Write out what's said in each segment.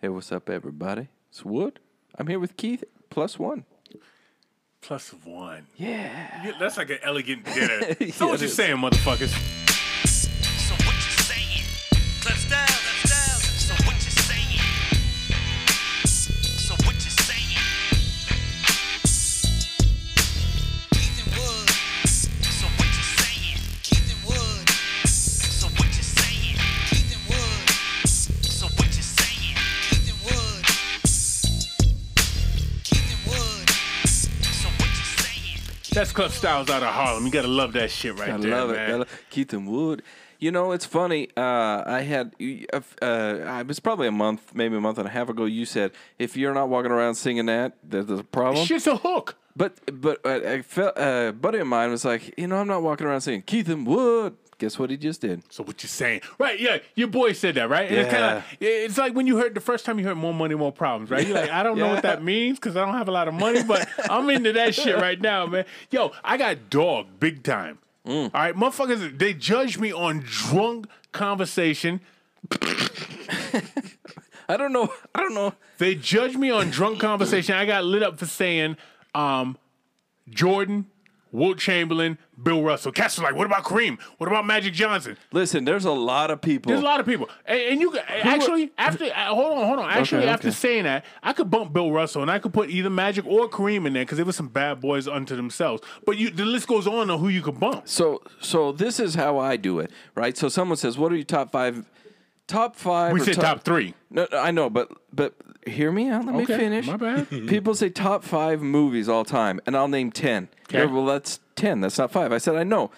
Hey, what's up, everybody? It's Wood. I'm here with Keith, plus one. Plus one. Yeah. Yeah, That's like an elegant dinner. Yeah, so it what you is. saying, motherfuckers? So what you saying? Let's down, let's down. So what you saying? So what you saying? Keith and Wood. So what you saying? Keith and Wood. So what you saying? Keith and Wood. So what you saying? Keith and Wood. Keith and Wood. So what you saying? That's Club Styles out of Harlem. You gotta love that shit right I there, love man. it. I love Keith and Wood. You know, it's funny. Uh, I had, uh, uh, it was probably a month, maybe a month and a half ago. You said if you're not walking around singing that, that there's a problem. Shit's a hook. But but uh, I felt uh, a buddy of mine was like, you know, I'm not walking around saying Keith and Wood. Guess what he just did? So what you saying? Right? Yeah, your boy said that, right? And It's, kinda, it's like when you heard the first time you heard "More Money, More Problems," right? You're like, I don't know Yeah. what that means because I don't have a lot of money, but I'm into that shit right now, man. Yo, I got dog big time. Mm. All right, motherfuckers, they judge me on drunk conversation. I don't know. I don't know. They judge me on drunk conversation. I got lit up for saying um, Jordan, Wilt Chamberlain, Bill Russell. Cats was like, what about Kareem? What about Magic Johnson? Listen, there's a lot of people. There's a lot of people, and, and you could- actually after uh, hold on, hold on. Actually, Okay, after okay. saying that, I could bump Bill Russell and I could put either Magic or Kareem in there because it was some bad boys unto themselves. But you, the list goes on on who you could bump. So so this is how I do it, right? So someone says, "What are your top five? Top five? We or said top three. No, no, I know, but but hear me out. Let Okay, me finish. my bad. People say top five movies all time, and I'll name ten. Okay. Yeah, well, that's ten. That's not five. I said I know.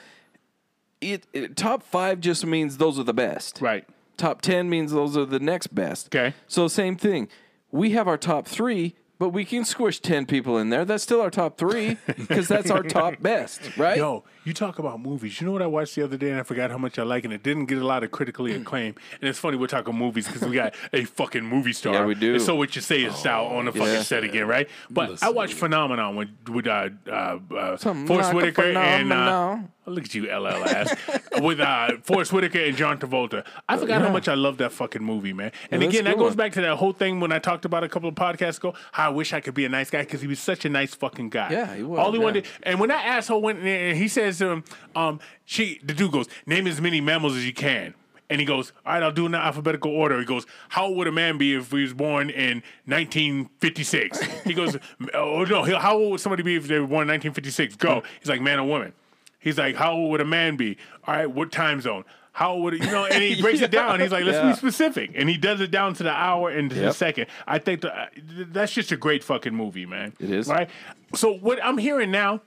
It, it top five just means those are the best. Right. Top ten means those are the next best. Okay. So same thing. We have our top three, but we can squish ten people in there. That's still our top three because that's our top best, right? Yo, you talk about movies. You know what I watched the other day and I forgot how much I like, and it didn't get a lot of critically Mm. acclaim. And it's funny we're talking movies because we got a fucking movie star. Yeah, we do. Oh, And so what you say is out on the fucking yeah. set again, right? But I watched Phenomenon with with uh, uh, uh, Forrest like a Whitaker and uh, phenomenon. look at you, LLS, with uh, Forrest Whitaker and John Travolta. I forgot how much I love that fucking movie, man. And Uh, Yeah, that's again, a that good goes one. back to that whole thing when I talked about a couple of podcasts ago. How I wish I could be a nice guy because he was such a nice fucking guy. Yeah, he was, All he yeah. wanted, and when that asshole went in there and he says to him, um, she the dude goes, name as many mammals as you can. And he goes, All right, I'll do it in alphabetical order. He goes, How would a man be if he was born in 1956? He goes, Oh, no, he- how old would somebody be if they were born in 1956? Go. He's like, Man or woman? He's like, How old would a man be? All right, what time zone? How old would, it- you know, and he breaks it down. He's like, Let's Yeah. be specific. And he does it down to the hour and to the Yep. second. I think the, uh, th- that's just a great fucking movie, man. It is. Right? So, what I'm hearing now,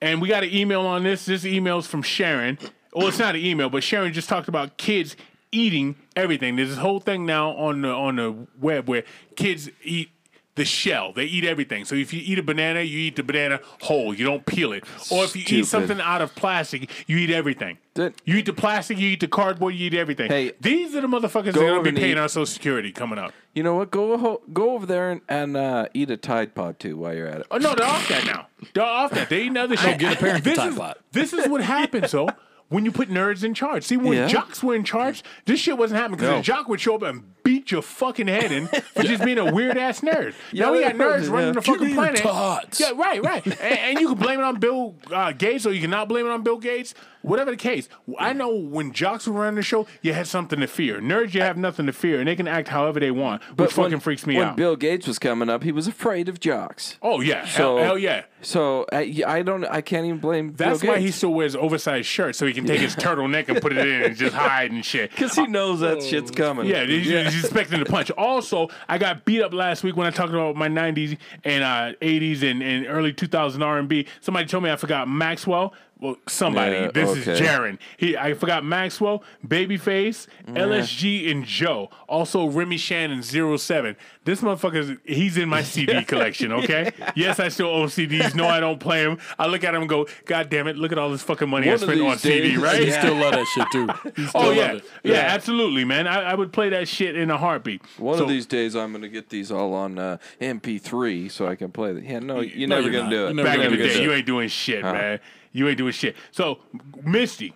and we got an email on this. This email's from Sharon. Well, it's not an email, but Sharon just talked about kids eating everything. There's this whole thing now on the on the web where kids eat the shell. They eat everything. So if you eat a banana, you eat the banana whole. You don't peel it. Or if you Stupid. eat something out of plastic, you eat everything. That- You eat the plastic, you eat the cardboard, you eat everything. Hey, These are the motherfuckers that go are gonna be and paying eat- our social security coming up. You know what? Go ho- go over there and, and uh, eat a Tide Pod too while you're at it. Oh no, they're off that now. They're off that. They eating other shit. get a parent this to type is, lot. This is what happens though. When you put nerds in charge, see when Yeah. jocks were in charge, this shit wasn't happening because No. the jock would show up and beat your fucking head in for just being a weird ass nerd. Yeah, now we they're got nerds nerds, running yeah. the Give fucking me your planet. tots. Yeah, right, right. And, and you can blame it on Bill uh, Gates or you cannot blame it on Bill Gates. Whatever the case, I know when jocks were running the show, you had something to fear. Nerds, you have nothing to fear, and they can act however they want, which fucking when- freaks me when out. Bill Gates was coming up, he was afraid of jocks. oh yeah, So- hell, hell yeah. So I, I don't. I can't even blame. That's Bill why he Gates. still wears oversized shirts so he can take his turtleneck and put it in and just hide and shit. because he knows that shit's coming. Oh, Yeah, he's, he's expecting the punch. Also, I got beat up last week when I talked about my '90s and uh, '80s and, and early 2000 R&B. Somebody told me I forgot Maxwell. Well, somebody. Yeah, this is okay. Jaron. He, I forgot Maxwell, Babyface, Mm-hmm. LSG, and Joe. Also, Remy Shannon, 07. This motherfucker, he's in my CD collection. Okay. Yes, I still own CDs. No, I don't play them. I look at them and go, God damn it! Look at all this fucking money One I of spent these on CD, days- right? You still love that shit too. You still Oh love yeah. it. yeah, absolutely, man. I, I would play that shit in a heartbeat. One So- of these days, I'm gonna get these all on uh, MP3 so I can play them. Yeah, no, you're No, never you're gonna not. do it. You're never back in the gonna day, do you it. ain't doing shit, man. You ain't doing shit. So Misty,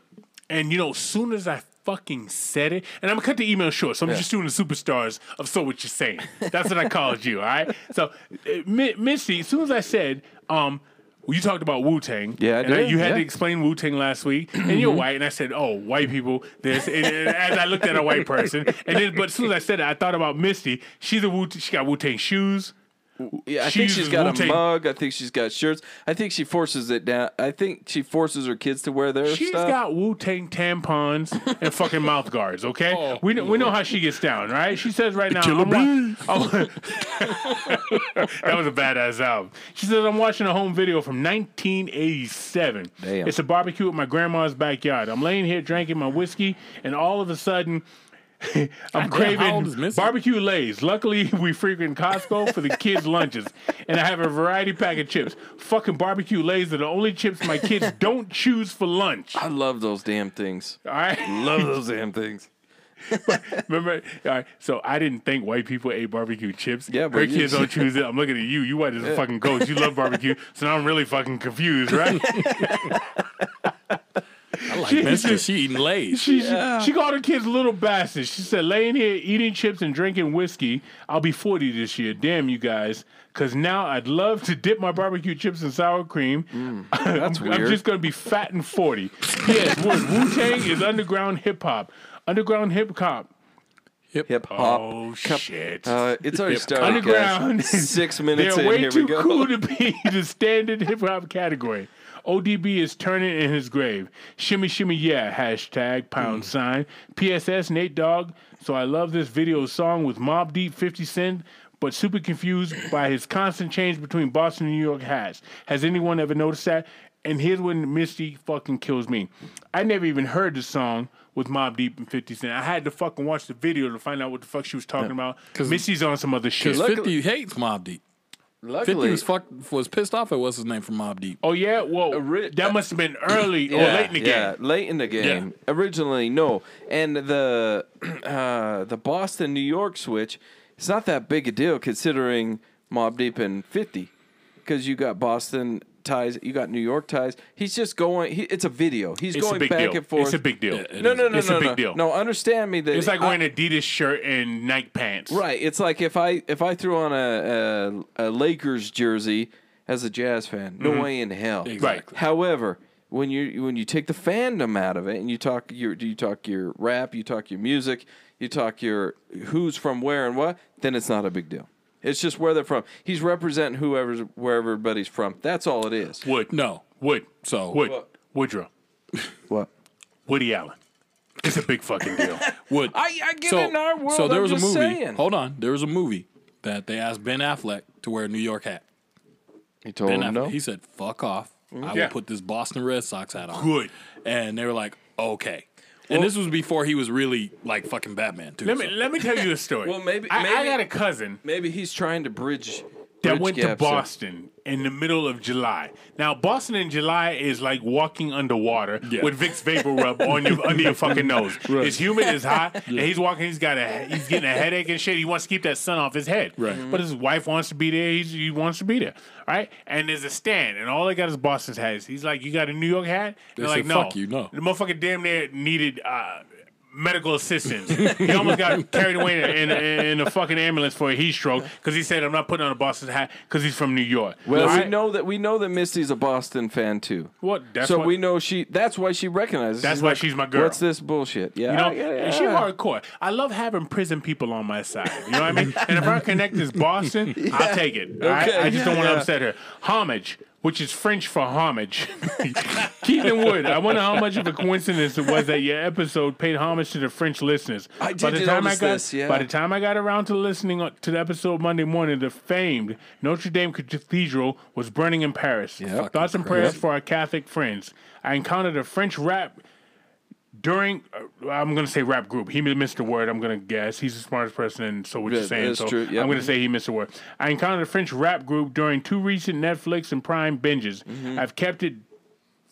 and you know, soon as I fucking said it. And I'm gonna cut the email short. So I'm just doing the superstars of so what you're saying. That's what I called you. All right. So uh, Mi- Misty, as soon as I said, um, you talked about Wu Tang. Yeah, I and did, you had yeah. to explain Wu Tang last week, and you're white, and I said, "Oh, white people." This, and, and as I looked at a white person, and then, but as soon as I said it, I thought about Misty. She's a Wu. She got Wu Tang shoes. Yeah, I She think she's uses got Wu-Tang. a mug. I think she's got shirts. I think she forces it down. I think she forces her kids to wear their She's stuff. got Wu Tang tampons and fucking mouth guards. Okay, Oh, we know, we know how she gets down, right? She says right now, Killer I'm wa- I'm- that was a badass album. She says I'm watching a home video from 1987. Damn. It's a barbecue at my grandma's backyard. I'm laying here drinking my whiskey, and all of a sudden. I'm how old is craving Missy? barbecue lays. Luckily, we frequent Costco for the kids' lunches, and I have a variety pack of chips. Fucking barbecue lays are the only chips my kids don't choose for lunch. I love those damn things. All right, Love those damn things. remember? All right, so I didn't think white people ate barbecue chips. Yeah, but her you- kids don't choose it. I'm looking at you. You white as a fucking ghost. You love barbecue, so now I'm really fucking confused, right? I like Misty. She eating lays. She, she- she called her kids little bastards. She said, laying here eating chips and drinking whiskey. I'll be 40 this year. Damn you guys. Because now I'd love to dip my barbecue chips in sour cream. Mm. That's I'm, weird. I'm just going to be fat and 40. yes, Wu Tang is underground hip hop. Underground hip hop. Hip hop. Oh, shit. Uh, it's already started, Underground. guys. Six minutes They're in, way here too we go. cool to be the standard hip hop category. ODB is turning in his grave. Shimmy shimmy yeah, hashtag pound sign. PSS Nate Dogg. So I love this video song with Mob Deep 50 Cent, but super confused by his constant change between Boston and New York hats. Has anyone ever noticed that? And here's when Misty fucking kills me. I never even heard the song with Mob Deep and 50 Cent. I had to fucking watch the video to find out what the fuck she was talking about. Misty's on some other shit. Because Fifty hates Mob Deep. Fifty Luckily, was fuck, was pissed off at what's his name from Mob Deep. Oh yeah, well ri- that must have been early or late in the yeah, game. late in the game. Originally, no. And the uh, the Boston New York switch, it's not that big a deal considering Mob Deep and Fifty, because you got Boston ties, you got New York ties. He's just going. He, it's a video. He's It's a going big back deal. and forth. It's a big deal. No, no, no, It's a no, big no. deal. No, understand me that It's like I- wearing an Adidas shirt and Nike pants. Right. It's like if I if I threw on a a, a Lakers jersey as a Jazz fan, no way in hell. Mm-hmm. Exactly. However, when you when you take the fandom out of it and you talk your you talk your rap, you talk your music, you talk your who's from where and what, then it's not a big deal. It's just where they're from. He's representing whoever's where everybody's from. That's all it is. Wood. No. Wood. So- Wood. What? Woodrow. What? Woody Allen. It's a big fucking deal. Would I- I get it in our world, So there I'm was a just movie. saying. Hold on. There was a movie that they asked Ben Affleck to wear a New York hat. He told Ben him Affleck. Oh, no. He said, "Fuck off. I Yeah. will put this Boston Red Sox hat on." Good. And they were like, "Okay." And this was before he was really like fucking Batman too. Let me so- let me tell you a story. Well, maybe- I, I maybe- got a cousin Maybe he's trying to bridge. that bridge went to gaps there. Boston in the middle of July. Now Boston in July is like walking underwater Yeah. with Vicks vapor rub on your under your fucking nose. It's humid, it's hot, and he's walking. He's got a he's getting a headache and shit. He wants to keep that sun off his head. Right. But his wife wants to be there. He's, he wants to be there. All right. And there's a stand, and all they got is Boston's hats. He's like, "You got a New York hat?" They're They like, said, "No, "Fuck you, no." The motherfucker damn near needed. Uh, medical assistance. he almost got carried away in, in, in a fucking ambulance for a heat stroke because he said, "I'm not putting on a Boston hat because he's from New York." Well, All we right? know that we know that Misty's a Boston fan too. What? That's so why- we know she. That's why she recognizes. That's She's why like, she's my girl. What's this bullshit? Yeah, You know, I- yeah, and she yeah. hardcore. I love having prison people on my side. You know what I mean? and if our connect is Boston, I'll take it. all right? Okay, I just don't yeah, want to yeah. upset her. Homage, which is French for homage. Keaton Wood, I wonder how much of a coincidence it was that your episode paid homage to the French listeners. I by did the time I notice got, this, yeah. By the time I got around to listening to the episode Monday morning, the famed Notre Dame Cathedral was burning in Paris. Yep. Thoughts and prayers for our Catholic friends. I encountered a French rap during uh, I'm gonna say rap group. He missed the word. I'm gonna guess he's the smartest person, and so what Yeah, you're saying. that's So true, yeah. I'm gonna say he missed the word. I encountered a French rap group during two recent Netflix and Prime binges. Mm-hmm. I've kept it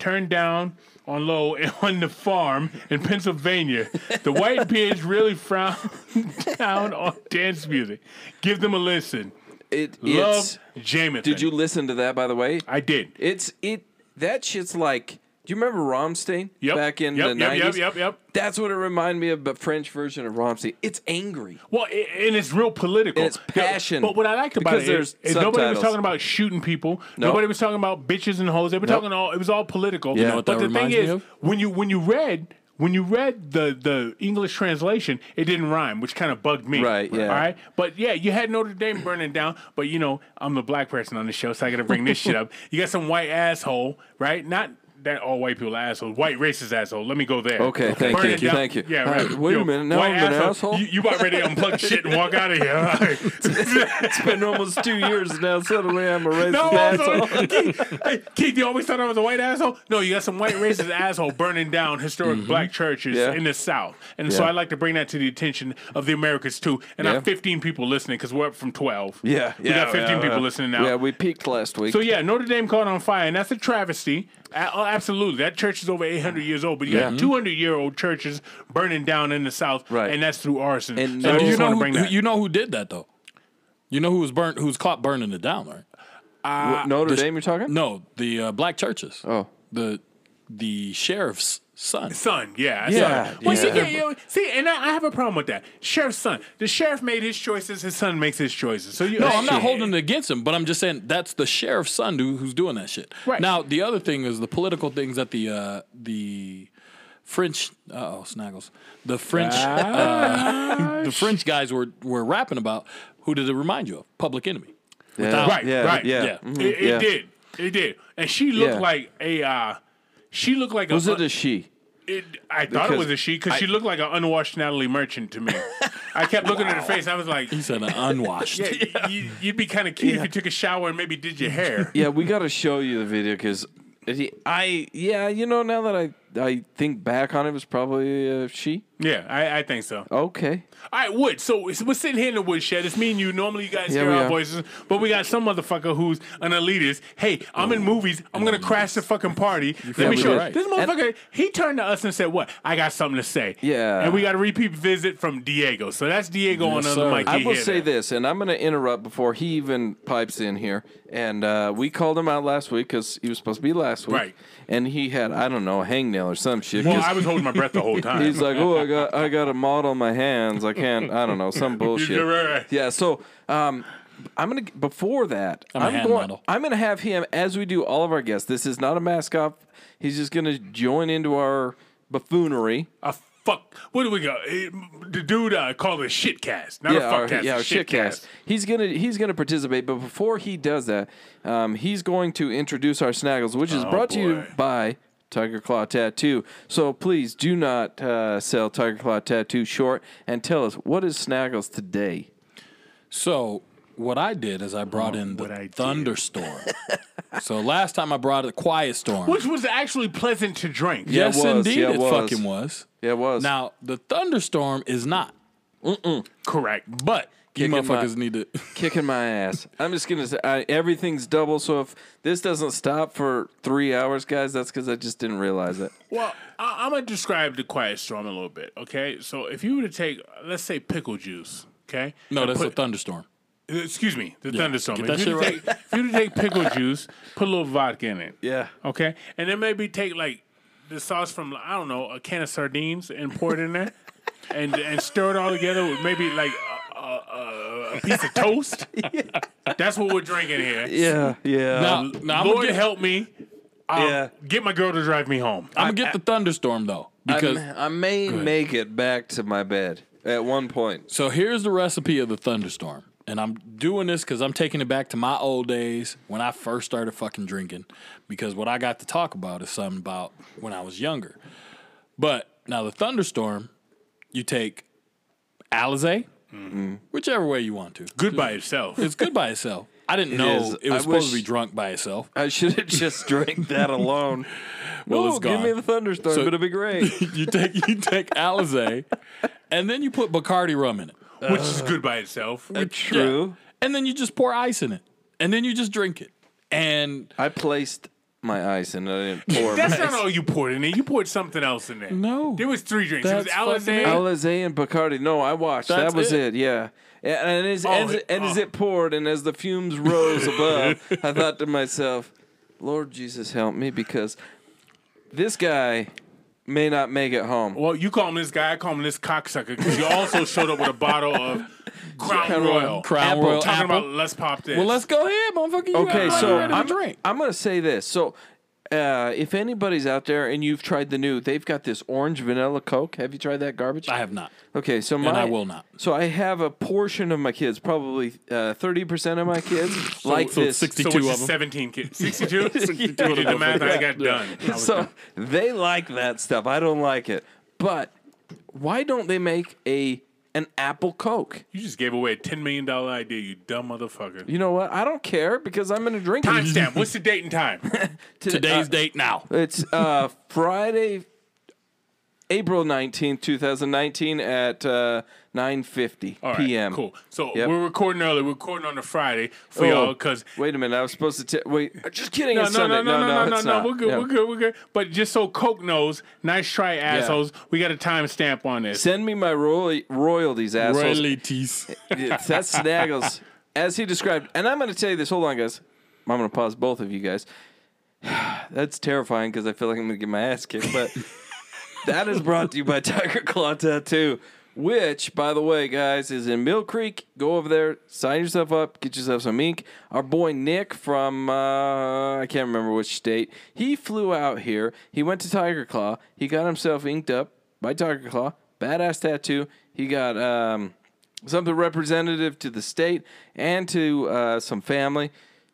turned down on low and on the farm in Pennsylvania. The white beards really frown down on dance music. Give them a listen. It, Love it's, Jamin. did you listen to that? By the way, I did. it's it. That shit's like Do you remember Rammstein Yep. back in Yep, the yep, yep, 90s? yep, yep. That's what it reminded me of the French version of Rammstein. It's angry. Well, a- and it's real political. And it's passion. But what I liked about Because it is, there's is nobody was subtitles. talking about shooting people. Nobody was talking about bitches and hoes. They were Nope. talking all. It was all political. You know what but that the thing reminds me is, of? when you when you read when you read the the English translation, it didn't rhyme, which kind of bugged me. Right, yeah. All right. But yeah, you had Notre Dame burning down. But you know, I'm the black person on the show, so I got to bring this shit up. You got some white asshole, right? Not. That all white people are assholes, white racist asshole. Let me go there. Okay, thank Burning you, down- thank you. Yeah, All right. right, wait a minute, now white I'm an asshole? You, you about ready to unplug shit and walk out of here? All right. It's been almost two years now. Suddenly I'm a racist No, I'm asshole. sorry. Keith, hey, Keith, you always thought I was a white asshole? No, you got some white racist asshole burning down historic black churches Mm-hmm. Yeah. in the South. And so Yeah. I like to bring that to the attention of the Americans too. And I Yeah. have 15 people listening because we're up from 12. Yeah, yeah. We got 15 yeah, yeah. people listening now. Yeah, we peaked last week. So yeah, Notre Dame caught on fire, and that's a travesty. A- oh, absolutely, that church is over 800 years old, but you Yeah. got 200 year old churches burning down in the South, Right. and that's through arson. And so I no- just you know want to who, bring that. who- you know who did that though. You know who was burnt? Who's caught burning it down? Right? Wh- Notre the- Dame, you're talking? No, the uh, black churches. Oh. the the sheriff's son. Son, yeah, Yeah, son. Well, see, yeah. yeah, you know, see, and I, I have a problem with that. Sheriff's son. The sheriff made his choices. His son makes his choices. So you, uh, No, I'm not holding it against him, but I'm just saying that's the sheriff's son who, who's doing that shit. Right. Now, the other thing is the political things that the uh, the French uh oh snaggles the French uh, the French guys were were rapping about. Who did it remind you of? Public Enemy. yeah. without- Right, yeah, right, Yeah. yeah. mhm, It, it yeah. did. It did. And she looked Yeah. like a. Uh, she looked like Was a. it a she? It, I thought it Because was a she because she looked like an unwashed Natalie Merchant to me. I kept looking at her face. I was like, He said uh, unwashed. yeah, You, you'd be kind of cute if you took a shower and maybe did your hair. Yeah, we got to show you the video because I, yeah, you know, now that I, I think back on it, it was probably a she. Yeah, I, I think so. Okay. All right, Wood. So it's- we're sitting here in the woodshed. It's me and you. Normally, you guys Yeah, hear we our are. voices, but we got some motherfucker who's an elitist. Hey, I'm in movies. I'm Mm. gonna crash the fucking party. Let me fucking show you. right. This And- motherfucker. he turned to us and said, "What? I got something to say." Yeah. And we got a repeat visit from Diego. So that's Diego on Yes, the sir. mic. I You will hear say that. this, and I'm going to interrupt before he even pipes in here. And uh, we called him out last week because he was supposed to be last week, Right. And he had I don't know a hangnail or some shit. Well, 'cause I was holding my breath the whole time. He's like, oh, I got I got a mod on my hands. I can't. I don't know some bullshit. You're right, right. Yeah. So, um, I'm gonna before that. I'm, a hand going. model. I'm gonna have him as we do all of our guests. This is not a mask off. He's just gonna join into our buffoonery. a fuck. What do we got? Eh, The dude uh, called it shit cast, not a yeah, fuck our, cast. yeah, a our shit cast. He's gonna he's gonna participate, but before he does that, um, he's going to introduce our snaggles, which is brought to you boy. by Tiger Claw Tattoo. So please do not uh, sell Tiger Claw Tattoo short, and tell us what is snaggles today. So what I did is I brought in what I the did. thunderstorm. so last time I brought a quiet storm. Which was actually pleasant to drink. Yeah, it yes, was. indeed, Yeah, it it was. fucking was. Yeah, it was. Now the thunderstorm is not, Correct. but you Kicking my- motherfuckers need to. kicking my ass. I'm just gonna say I, everything's double. So if this doesn't stop for three hours, guys, that's because I just didn't realize it. Well, I, I'm gonna describe the quiet storm a little bit, okay? So if you were to take, let's say, pickle juice, okay? No, And that's a put, thunderstorm. uh, excuse me, the thunderstorm. get that if, you were to shit take, if you were to take pickle juice, put a little vodka in it, Yeah. okay, and then maybe take like the sauce from I don't know a can of sardines and pour it in there, and and stir it all together with maybe like a, a, a, a piece of toast. That's what we're drinking here. Yeah. Yeah. Now, now I'm Lord gonna get, help me. Um, Yeah. Get my girl to drive me home. I'm gonna get the thunderstorm though because I, I may make it back to my bed at one point. So here's the recipe of the thunderstorm. And I'm doing this because I'm taking it back to my old days when I first started fucking drinking. Because what I got to talk about is something about when I was younger. But now the thunderstorm, you take Alizé, Mm-hmm. whichever way you want to. Good by itself. It's good by itself. I didn't know is. it was I supposed to wish- be drunk by itself. I should have just drank that alone. Well, Ooh, it's give gone. me the thunderstorm. So- It'll be great. you take you take Alizé, and then you put Bacardi rum in it. which is good by itself. Yeah. True. And then you just pour ice in it, and then you just drink it. And I placed my ice and I didn't pour. That's my- not all you poured in it. You poured something else in there. No. There was three drinks. it That's was fucking Alizé. out. Alizé and Bacardi. No, I watched. That's that was it. it. Yeah. And, and as, as, it- and as oh. it poured, and as the fumes rose above, I thought to myself, "Lord Jesus, help me," because This guy may not make it home. Well, you call him this guy, I call him this cocksucker because you also showed up with a bottle of Crown Crown Royal. Royal. Crown Apple, Royal Talking apple. about let's pop this. well, let's go ahead, motherfucker. You Okay, got so ready to I'm, drink. I'm going to say this. So, uh, if anybody's out there and you've tried the new, they've got this orange vanilla Coke. Have you tried that garbage? I have not. Okay, so my I will not. So I have a portion of my kids, probably uh, thirty percent of my kids, like so this. 60 so 62 which of is 'em. 17 kids. 62? You of did the them. math, I got done. I was So done. they like that stuff. I don't like it, but why don't they make a an apple Coke? You just gave away a $10 million idea, you dumb motherfucker. You know what? I don't care because I'm going to drink it. Timestamp. What's the date and time? T- Today's uh, date now. It's uh, Friday, April nineteenth, two thousand nineteen, at uh, nine fifty All right, p.m. Cool. So Yep. we're recording early. We're recording on a Friday for Oh, y'all because Wait a minute! I was supposed to t- wait. uh, Just kidding. no, it's no, Sunday. no, no, no, no, no, it's no. not. We're good. Yeah. We're good. We're good. But just so Coke knows, nice try, assholes. We got a timestamp on this. Send me my royal- royalties, assholes. Royalties. Yeah, That's Snaggles, as he described. And I'm going to tell you this. Hold on, guys. I'm going to pause both of you guys. That's terrifying because I feel like I'm going to get my ass kicked. But that is brought to you by Tiger Claw Tattoo, which, by the way, guys, is in Mill Creek. Go over there, sign yourself up, get yourself some ink. Our boy Nick from, uh, I can't remember which state, he flew out here. He went to Tiger Claw. He got himself inked up by Tiger Claw. Badass tattoo. He got um, something representative to the state and to uh, some family.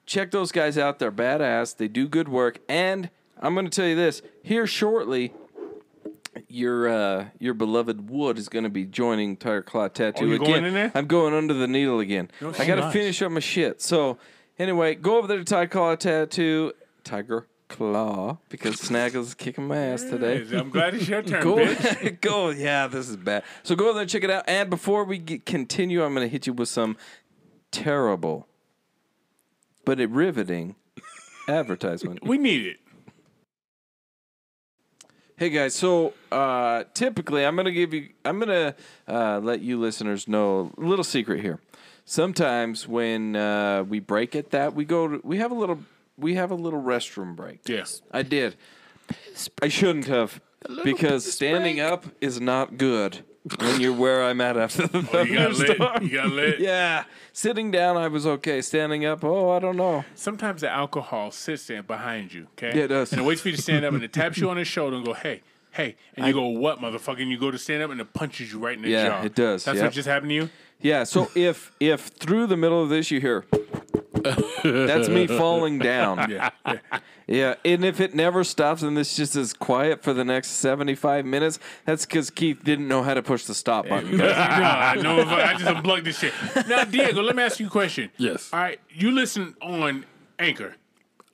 Check those guys out. They're badass. They do good work. And I'm going to tell you this here shortly, your uh, your beloved Wood is going to be joining Tire Claw Tattoo you again. Oh, going in there? Oh, I'm going under the needle again. I got to nice. finish up my shit. So anyway, go over there to Tiger Claw Tattoo, Tiger Claw, because Snaggles is kicking my ass today. I'm glad it's your turn, Go, bitch. go, yeah, this is bad. So go over there and check it out. And before we get, continue, I'm going to hit you with some terrible, but it riveting advertisement. We need it. Hey guys, so uh, typically I'm gonna give you, I'm gonna uh, let you listeners know a little secret here. Sometimes when uh, we break at that, we go, to, we have a little, we have a little restroom break. Yes. I did. I shouldn't have because standing up is not good when you're where I'm at after the Oh, You got lit. thunderstorm. You got lit. Yeah, sitting down I was okay. Standing up, oh I don't know. Sometimes the alcohol sits there behind you, okay? Yeah, it does. And it waits for you to stand up and it taps you on the shoulder and go, hey, hey. And you go, what, motherfucker? And you go to stand up and it punches you right in the Yeah, jaw. it does, That's yep. what just happened to you? Yeah, so if if through the middle of this you hear that's me falling down. Yeah. and if it never stops and this just is quiet for the next 75 minutes, that's cuz Keith didn't know how to push the stop button. no, I know. if I I just unplugged this shit. Now, Diego, let me ask you a question. Yes. All right. You listen on Anchor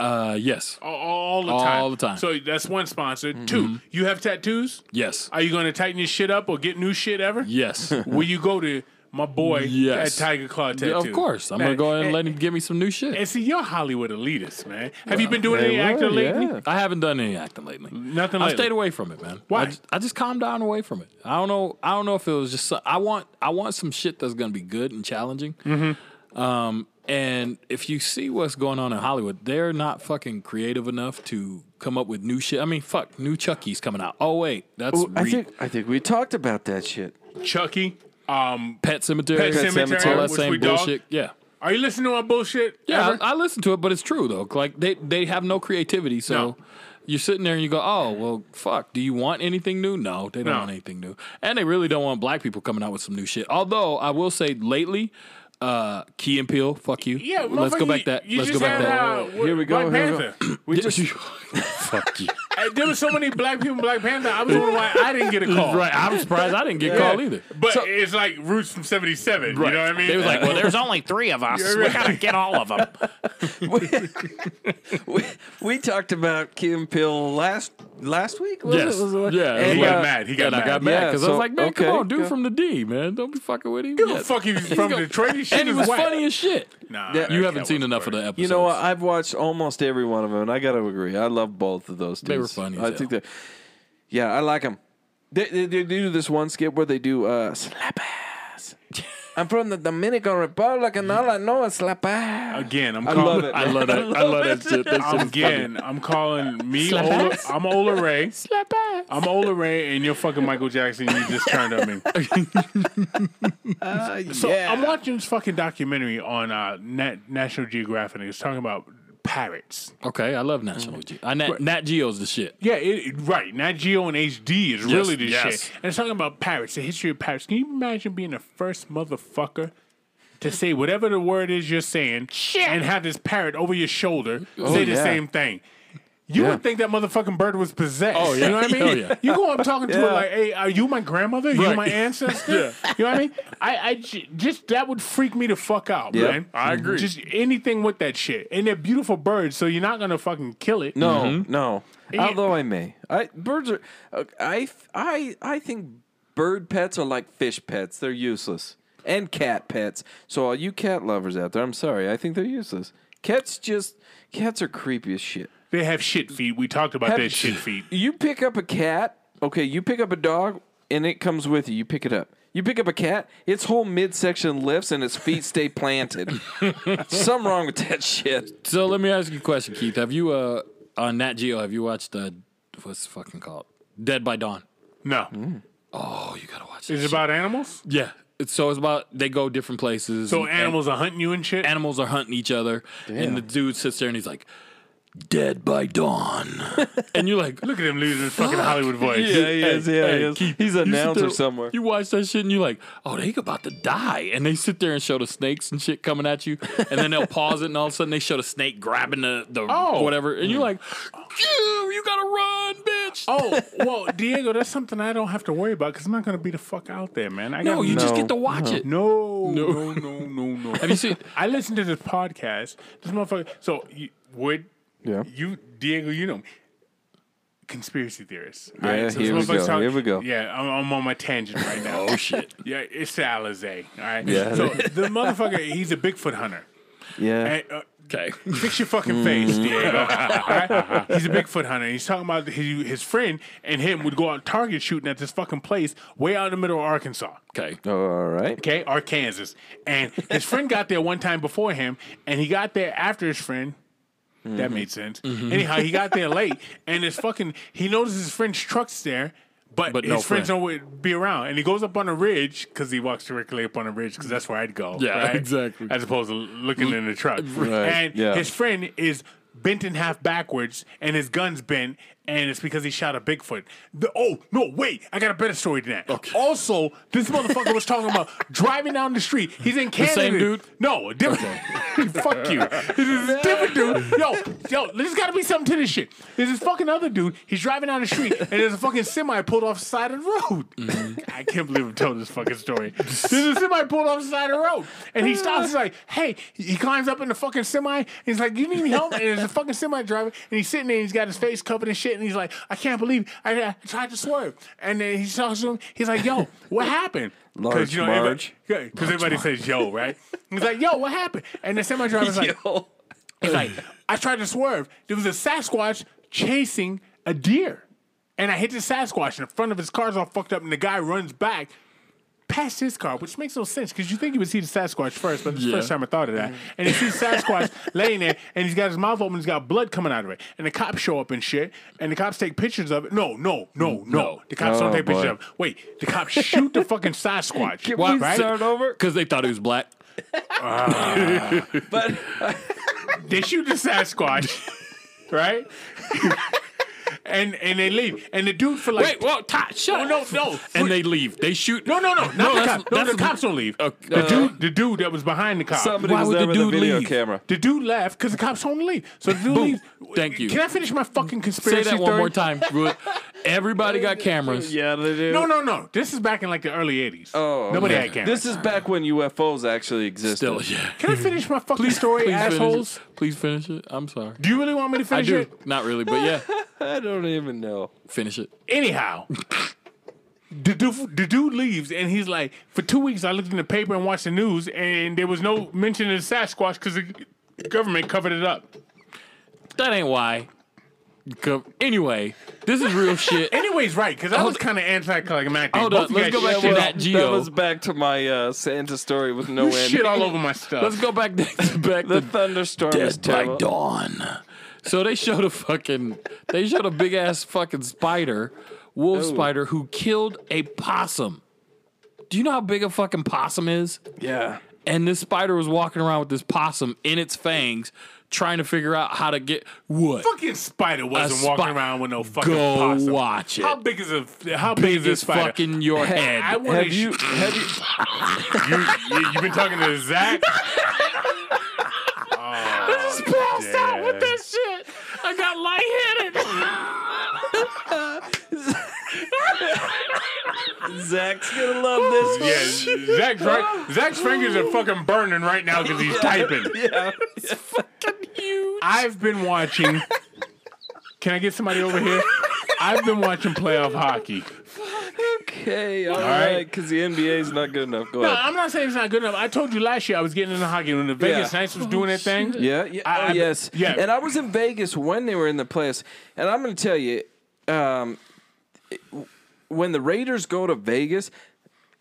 Uh, yes. all, all the time. All the time. So Mm-hmm. that's one sponsor. Two, you have tattoos? Yes. Are you going to tighten your shit up or get new shit ever? Yes. Will you go to my boy Yes. at Tiger Claw Tattoo? Yeah, of course. I'm going to go ahead and let him give me some new shit. And see, you're Hollywood elitist, man. Have you been doing any acting lately? Yeah. I haven't done any acting lately. Nothing I lately. stayed away from it, man. Why? I just, I just calmed down away from it. I don't know. I don't know if it was just. so- I want. I want some shit that's gonna be good and challenging. Mm-hmm. Um, and if you see what's going on in Hollywood, they're not fucking creative enough to come up with new shit. I mean, fuck, new Chucky's coming out. Oh wait, that's I re- think I think we talked about that shit. Chucky. Um, Pet Cemetery. Pet Cemetery, Cemetery. all that which same we dog. bullshit. Yeah. Are you listening to my bullshit? Yeah, ever? I, I listen to it, but it's true though. Like they they have no creativity, so No. you're sitting there and you go, "Oh well, fuck. Do you want anything new? No, they don't No. want anything new, and they really don't want black people coming out with some new shit. Although I will say lately, uh, Key and Peele, fuck you. yeah, let's go motherfucker, back you- that. You let's go just back had, that. Uh, Here we go, Black here we go. Panther. We just fuck you. Uh, there were so many black people in Black Panther. I was wondering why I didn't get a call. right, I'm surprised I didn't get Yeah. called either. But it's like Roots from 77. You know what I mean? They was like, well, there's only three of us. You're We right. gotta get all of them. we, we, we talked about Kim Pill last last week. Was yes, it? Was it last- yeah. And, he got uh, mad. He got and mad. I got mad Yeah, because I so- was like, man, come okay, on, dude go- from the D, man, don't be fucking with him. Give Yeah. a fuck if he's from go- Detroit. His shit And he is was whack. funny as shit. Nah, Yeah. that- You that haven't seen wasn't enough of the episodes. You know what? I've watched almost every one of them, and I got to agree. I love both of those. Dudes. They were funny as I hell. think that. Yeah, I like them. They, they, they do this one skit where they do uh, slap ass. I'm from the Dominican Republic, and all I know is La Paz. Again, I'm I calling. love it. I love that. I love that shit. That's so Again, I'm calling me. Ola, ass. I'm Ola Ray. I'm Ola Ray, and you're fucking Michael Jackson. You just turned on me. So I'm watching this fucking documentary on uh, Nat- National Geographic. and It's talking about parrots. Okay, I love National Geo. I Nat, Nat Geo's the shit. Yeah, it, it- right. Nat Geo and HD is really the yes. shit. And it's talking about parrots, the history of parrots. Can you imagine being the first motherfucker to say whatever the word is you're saying and have this parrot over your shoulder say the yeah. same thing? You would think that motherfucking bird was possessed. Oh, yeah. You know what I mean? Oh, yeah. You go up talking to it Yeah. like, hey, are you my grandmother? You Right. my ancestor? You know what I mean? I, I j- just, that would freak me the fuck out, Yep. man. I agree. Just anything with that shit. And they're beautiful birds, so you're not going to fucking kill it. Mm-hmm. No, Oh, no. Although I may, I birds are. uh, I f- I I think bird pets are like fish pets. They're useless, and cat pets. So all you cat lovers out there, I'm sorry. I think they're useless. Cats just cats are creepy as shit. They have shit feet. We talked about Have- that shit feet. You pick up a cat, okay, you pick up a dog and it comes with you. You pick it up. You pick up a cat, its whole midsection lifts and its feet stay planted. Something wrong with that shit. So let me ask you a question, Keith. Have you uh on Nat Geo? Have you watched uh what's it fucking called Dead by Dawn? No. Oh, you gotta watch Is it. it about animals? Yeah. It's, so it's about they go different places. So and- animals are hunting you and shit? and animals are hunting each other, and the dude sits there and he's like, "Dead by Dawn," and you're like, Look at him losing his fucking Hollywood voice. he is. Yeah, he is. He's an you sit announcer there- somewhere. You watch that shit and you're like, oh, they about to die. And they sit there and show the snakes and shit coming at you. And then they'll pause it and all of a sudden they show the snake grabbing the, the Oh. whatever. And you're like, "Ew, you gotta run, bitch. Oh, well, Diego, that's something I don't have to worry about because I'm not going to be the fuck out there, man. I no, got- you just No, get to watch it. No, no, no, no, no. Have you seen? I listened to this podcast. This motherfucker. So, you, Wood, Yeah. you, Diego, you know me. Conspiracy theorists. Yeah, here we go, here we go. Yeah, I'm, I'm on my tangent right now. Oh, shit. Yeah, it's Alizé. All right. Yeah. So the motherfucker, he's a Bigfoot hunter. Yeah. And, uh, Okay. fix your fucking face, Mm. Diego. All right? He's a Bigfoot hunter. He's talking about his, his friend and him would go out target shooting at this fucking place way out in the middle of Arkansas. Okay. All right. Okay, or Kansas. And his friend got there one time before him, and he got there after his friend. That made sense. Mm-hmm. Anyhow, he got there late, and his fucking he notices his friend's truck's there, but, But his no friends friend. don't wa- be around. And he goes up on a ridge because he walks directly up on a ridge because that's where I'd go. Yeah, right? exactly. As opposed to looking in the truck. And yeah. his friend is bent in half backwards, and his gun's bent. And it's because he shot a Bigfoot. The, oh no! Wait, I got a better story than that. Also, this motherfucker was talking about driving down the street. He's in Canada. same dude? No, a different. Fuck you. This is a different dude. Yo, yo, there's got to be something to this shit. There's this fucking other dude. He's driving down the street, and there's a fucking semi pulled off the side of the road. Mm-hmm. I can't believe I'm telling this fucking story. There's a semi pulled off the side of the road, and he stops. He's like, "Hey," he climbs up in the fucking semi. And he's like, "You need any help?" And there's a fucking semi driver, and he's sitting there. and He's got his face covered in shit, and he's like, "I can't believe I, I tried to swerve." And then he talks to him. He's like, "Yo, what happened?" 'Cause, Large everybody- Marge. because everybody says yo, right? He's like, yo, what happened? And the semi driver's like, he's like, I tried to swerve. There was a Sasquatch chasing a deer. And I hit the Sasquatch, and the front of his car's all fucked up, and the guy runs back past his car, which makes no sense because you think he would see the Sasquatch first, but it's the Yeah. first time I thought of that. Mm-hmm. And he sees Sasquatch laying there, and he's got his mouth open, he's got blood coming out of it. And the cops show up and shit, and the cops take pictures of it. No, no, no, no. The cops don't Oh, take pictures boy. of it. Wait, the cops shoot the fucking Sasquatch. Can Why, we start over? Because they thought he was black. But they shoot the Sasquatch, right? and and they leave. And the dude for like Oh, Wait, whoa, Todd, shut no up. no And they leave. They shoot. no no no not the that's- cops. No, that's Oh, uh, the cops don't leave. the dude the dude that was behind the cops. somebody Why was would there the with a dude video leave? camera. The dude left because the cops don't leave. So the dude leaves. Thank you. Can I finish my fucking Say conspiracy that one theory? more time. Ruud. Everybody got cameras. Yeah, they do. No, no, no. This is back in like the early 80s. Oh, Nobody okay. had cameras. This is back when UFOs actually existed. Still, yeah. Can I finish my fucking story, Please assholes? Finish it. Please finish it. I'm sorry. Do you really want me to I finish do. it? Not really, but yeah. I don't even know. Finish it. Anyhow, the dude, the dude leaves, and he's like, for two weeks, I looked in the paper and watched the news, and there was no mention of the Sasquatch because the government covered it up. That ain't why. Co- Anyway, this is real shit. Anyways, right? Because I was kind of anticlimactic. Hold Both up, you let's guys go back shit to all- that That Geo. was back to my uh, Santa story with no end. Shit all over my stuff. Let's go back to back The to thunderstorm is Dead by terrible. Dawn. So they showed a fucking they showed a big ass fucking spider, wolf spider who killed a possum. Do you know how big a fucking possum is? Yeah. And this spider was walking around with this possum in its fangs, trying to figure out how to get what. fucking spider wasn't A walking spi- around with no fucking Go possum. watch it. How big is a how big, is big this as spider? fucking your head. I want Have to. you You, have you you, you've been talking to Zach. Oh, I just passed out Yeah. with that shit. I got lightheaded. Zach's gonna love this. Yeah, Zach's right. Zach's fingers are fucking burning right now because he's typing. Yeah. I've been watching. Can I get somebody over here? I've been watching playoff hockey. Okay. all right. right. Because the NBA's not good enough. Go No, ahead. I'm not saying it's not good enough. I told you last year I was getting into hockey when the Vegas Knights was doing that thing. Yeah. yeah. I- oh, I- yes. yeah. And I was in Vegas when they were in the playoffs, and I'm gonna tell you, um, it- when the Raiders go to Vegas.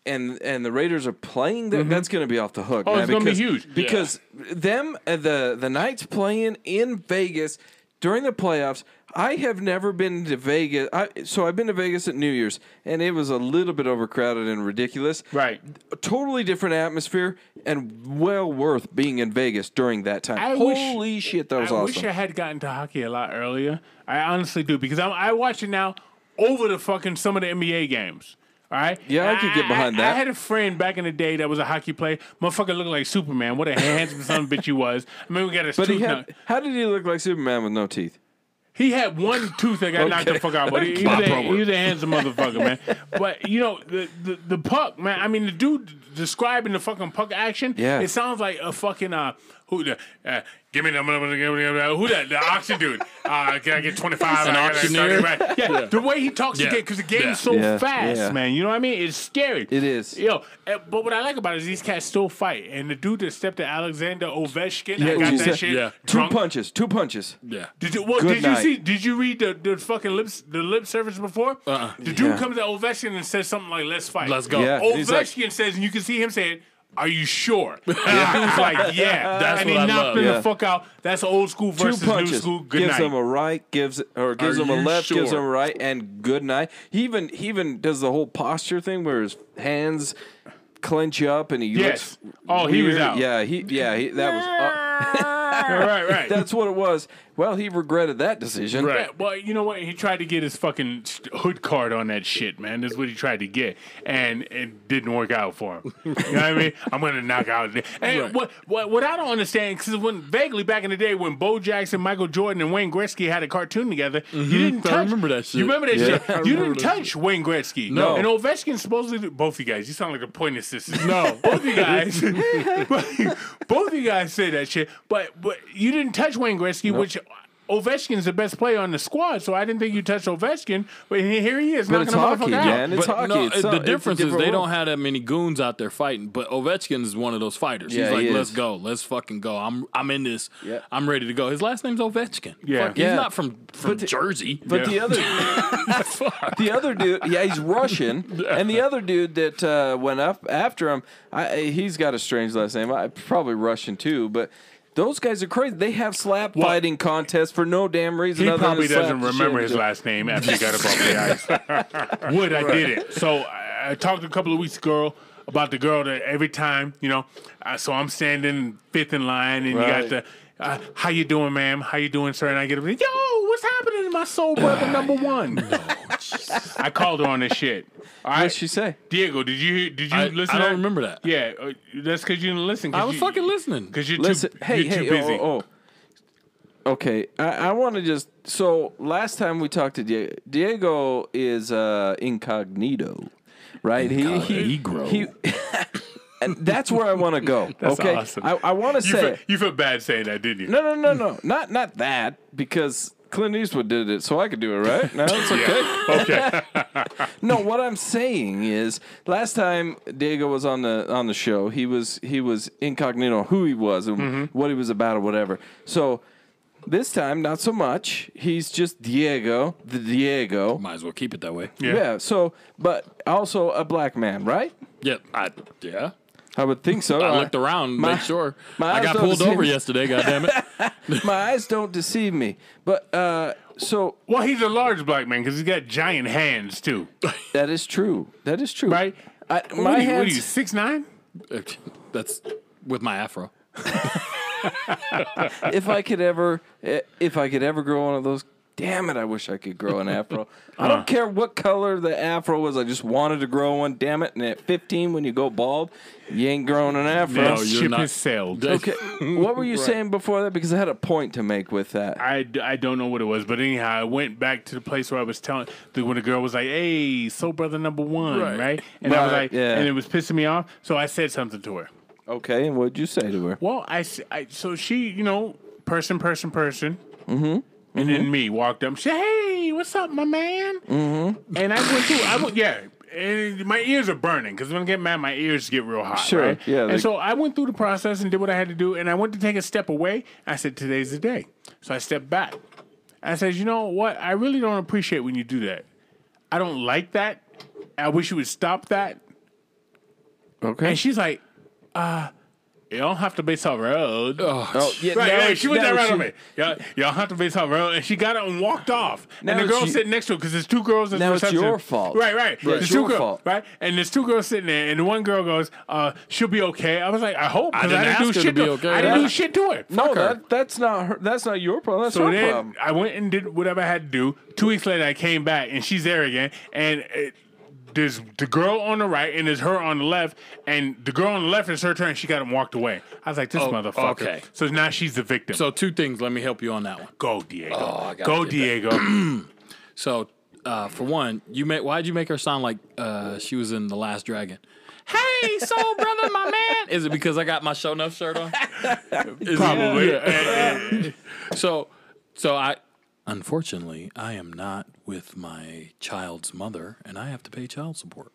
And, and the Raiders are playing that. That's going to be off the hook. Mm-hmm. Oh, man, it's gonna be because- huge. Yeah. Because them uh, the the Knights playing in Vegas during the playoffs. I have never been to Vegas. I, so I've been to Vegas at New Year's, and it was a little bit overcrowded and ridiculous. Right. a totally different atmosphere and well worth being in Vegas during that time. I wish- Holy shit, that was I wish awesome. I had gotten to hockey a lot earlier. I honestly do because I'm, I watch it now over the fucking some of the NBA games. All right. Yeah, I could get behind I- that. I had a friend back in the day that was a hockey player. Motherfucker looked like Superman. What a handsome son of a bitch he was. I mean, we got his but he tooth had, knocked. how did he look like Superman with no teeth? He had one tooth that got knocked the Okay. fuck out, but he, he, was, a, he was a handsome motherfucker, man. But you know the, the the puck, man. I mean, the dude describing the fucking puck action. Yeah. it sounds like a fucking uh, who the uh, give me the who that the auction dude. Uh, can I get twenty five? An auctioneer? Yeah, the way he talks, Yeah. you get because the game's Yeah. so Yeah. fast, Yeah. man. You know what I mean? It's scary. It is. Yo, eh, but what I like about it is these cats still fight, and the dude that stepped to Alexander Ovechkin, Yeah, I got you that said- shit. Yeah. Two drunk punches, two punches. Yeah. did you well, Good did night. you see? Did you read the, the fucking lips the lip service before? Uh-uh. The dude Yeah. comes at Ovechkin and says something like "Let's fight." Let's go. Yeah. He's like- Ovechkin says, and you can see him saying, "Are you sure?" And I was like, "Yeah." That's and what I he knocked love. him Yeah. the fuck out. That's old school Two versus new punches. school. Good gives night. him a right, gives or gives Are him a you left, gives sure? him a right, and good night. He even he even does the whole posture thing where his hands clench up and he yes. looks. Oh, he was weird. out. Yeah, he yeah he, that was. Uh, Right. Right. that's what it was. Well, he regretted that decision. Yeah, well, you know what? He tried to get his fucking st- hood card on that shit, man. That's what he tried to get, and it didn't work out for him. you know what I mean? I'm gonna knock out. the- And Right. what, what what I don't understand because when vaguely back in the day when Bo Jackson, Michael Jordan, and Wayne Gretzky had a cartoon together, you didn't Mm-hmm. I touch. remember that shit. You remember that Yeah. shit? I You remember didn't that touch Wayne Gretzky. No. And Ovechkin supposedly did- both you guys. You sound like a pointer assistant. No, both you guys. both you guys say that shit, but but you didn't touch Wayne Gretzky, which Ovechkin's the best player on the squad, so I didn't think you touched Ovechkin. But he- here he is But knocking it's a hockey, motherfucker out. man. It's hockey. No, it's it- so- the it's a difference is different they world. don't have that many goons out there fighting, but Ovechkin is one of those fighters. Yeah, He's like, he let's is. go, let's fucking go. I'm I'm in this. Yeah. I'm ready to go. His last name's Ovechkin. Yeah. Fuck, he's Yeah. not from from But the- Jersey. But the other, the other dude, yeah, he's Russian, and the other dude that uh, went up after him, I, he's got a strange last name. I probably Russian too, but those guys are crazy. They have slap fighting contests for no damn reason. He other than probably to slap doesn't the remember shit his out of- last name after he got up off the ice. Wood, I did it. So I, I talked a couple of weeks ago about the girl that every time, you know, uh, so I'm standing fifth in line, and Right. you got the, uh, how you doing, ma'am? How you doing, sir? And I get up, yo, what's happening to my soul brother number one? I called her on this shit. All right, What'd she say? Diego, did you hear- did you I, I listen? don't to- remember that. Yeah, uh, that's because you didn't listen. I was fucking listening. because you're Listen, too hey, you're hey, too busy. oh, oh, oh. Okay, I, I want to just. So last time we talked to Diego, Diego is uh, incognito, right? He he Incognito. he. and that's where I want to go. okay, awesome. I, I want to You, say. feel, you feel bad saying that, didn't you? No, no, no, no. Not not that because Clint Eastwood did it, so I could do it, right? No, it's okay. Okay. no, what I'm saying is, last time Diego was on the on the show, he was he was incognito, who he was and what he was about or whatever. So This time, not so much. He's just Diego, the Diego. Might as well keep it that way. Yeah. so, but also a black man, right? Yeah, I yeah. I would think so. I looked around, my- make sure. my I eyes got don't pulled seem- over yesterday. God damn it! My eyes don't deceive me. But uh, so Well, he's a large black man because he's got giant hands too, that is true. That is true. right? I, my What are you- what are hands. you six nine? That's with my afro. if I could ever, eh, if I could ever grow one of those, damn it, I wish I could grow an afro. I Uh-huh. don't care what color the afro was. I just wanted to grow one. Damn it! And at 15, when you go bald, you ain't growing an afro. No, That you're ship not- has sailed. Okay, what were you saying before that? Because I had a point to make with that. I, I don't know what it was, but anyhow, I went back to the place where I was telling the, when the girl was like, "Hey, soul brother number one," Right. right? And I was Right, like, yeah. and it was pissing me off, so I said something to her. Okay, and what'd you say to her? Well, I, s- I- so she, you know, person, person, person, mm-hmm. and then me walked up. She, hey, what's up, my man? Mm-hmm. And I went to, I went, yeah. And my ears are burning because when I get mad, my ears get real hot. Sure, right? yeah, And they- so I went through the process and did what I had to do. And I went to take a step away. I said, "Today's the day." So I stepped back. I said, "You know what? I really don't appreciate when you do that. I don't like that. I wish you would stop that." Okay. And she's like, "Uh, you don't have to base off road." oh, yeah, Right, now yeah, it's- she went now that route she- on me. Y'all, y'all have to face her, bro. And she got up and walked off. Now and the it's girl you- sitting next to her because there's two girls. That's Now it's reception. your fault. Right, right. Right. There's It's two your girls, fault. right? And there's two girls sitting there, and the one girl goes, uh, "She'll be okay." I was like, "I hope." 'cause I didn't didn't, ask her do to shit be her. okay. I didn't Yeah. do shit to her. No, Fuck her. that, that's not her. That's not your problem. That's So her then problem. I went and did whatever I had to do. Two weeks later, I came back and she's there again. And it, there's the girl on the right and there's her on the left. And the girl on the left is her turn. She got him walked away. I was like, this Oh, motherfucker. okay. So now she's the victim. So two things. Let me help you on that one. go, Diego. Oh, I gotta go, get Diego. So uh, for one, you made why'd you make her sound like uh, she was in the Last Dragon? Hey, soul brother, my man. Is it because I got my show enough shirt on? Is it- Probably. So, so I unfortunately I am not with my child's mother, and I have to pay child support.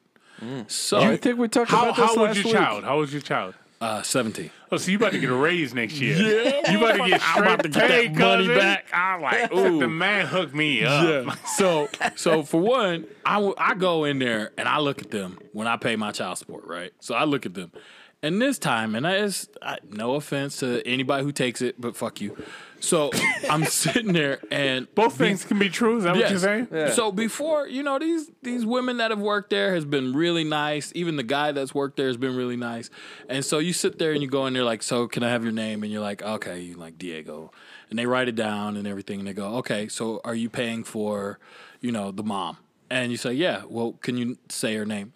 So I Mm. think we talked How, about this how last was your week. child? How was your child? uh, seventeen. Oh, so you about to get a raise next year? Yeah, you about to get straight about to get pay, that money cousin. back. I like, ooh, the man hooked me up. so so for one, I w- I go in there and I look at them when I pay my child support, right? So I look at them, and this time, and I is I, no offense to anybody who takes it, but fuck you. So I'm sitting there and Both things can be true. Is that what you're saying? So before, you know, these these women that have worked there has been really nice. Even the guy that's worked there has been really nice. And so you sit there and you go in there like, so can I have your name? And you're like, okay, you like Diego. And they write it down and everything. And they go, okay, so are you paying for, you know, the mom? And you say, yeah. Well, can you say her name?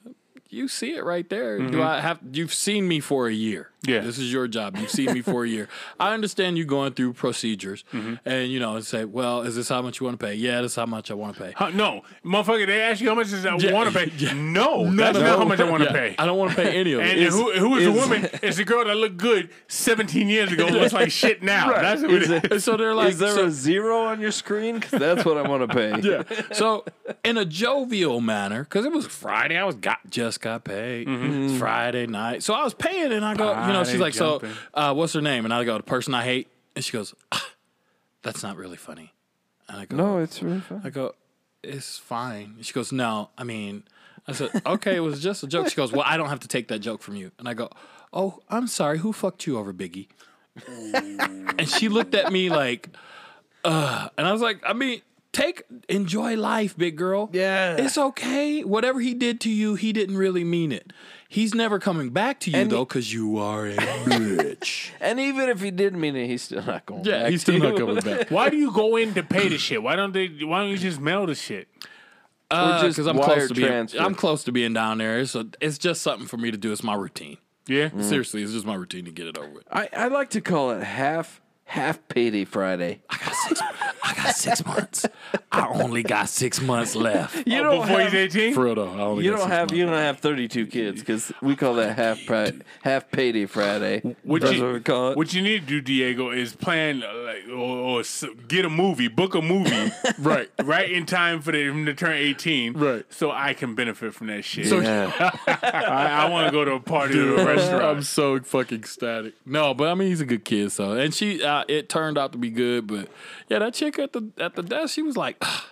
You see it right there. Do I have? You've seen me for a year. Mm-hmm. Yeah. This is your job. You've seen me for a year. I understand you going through procedures Mm-hmm. and you know and say, well, is this how much you want to pay? Yeah, that's how much I want to pay. Huh, no, motherfucker. They ask you how much does I Yeah, want to pay. yeah. No, that's not how much I want to Yeah, pay. I don't want to pay any of And it. who, who is the is- woman? It's the girl that looked good 17 years ago. Looks like shit now. That's what Is it it- And so they're like, is there so, a zero on your screen? 'Cause that's what I want to pay. yeah. so in a jovial manner, because it was Friday, I was got just got paid. It's Friday night, so I was paying, and I go, you know, Mm-hmm. she's Friday like, jumping. so uh, what's her name? And I go, the person I hate, and she goes, "Ah, that's not really funny. And I go, No, it's really fun. I go, it's fine. She goes, no, I mean, I said, okay, it was just a joke. She goes, well, I don't have to take that joke from you. And I go, oh, I'm sorry. Who fucked you over, Biggie? and she looked at me like, uh, and I was like, I mean, take, enjoy life, big girl. Yeah. It's okay. Whatever he did to you, he didn't really mean it. He's never coming back to you, though, because you are a bitch. And even if he did mean it, he's still not going. yeah, back he's to still not you. coming back. is. Why do you go in to pay the shit? Why don't they? Why don't you just mail the shit? Or just because I'm wire close to being transfer. I'm close to being down there. So it's just something for me to do. It's my routine. Yeah. Seriously, it's just my routine to get it over with. I, I like to call it half half payday Friday. I got six. I got six months. I only got six months left. You Oh, before he's 18. For real though, I only you got don't six have months. you don't have 32 kids because we call that half pri- half payday Friday. What That's you, what we call it. what you need to do, Diego, is plan uh, or, or s- get a movie, book a movie, Right. right in time for the, him to turn eighteen, Right. So I can benefit from that shit. So- Yeah. I, I want to go to a party or a I'm restaurant. so fucking ecstatic. No, but I mean he's a good kid, so and she uh, it turned out to be good, but yeah, that chick at the at the desk, she was like, "Ugh,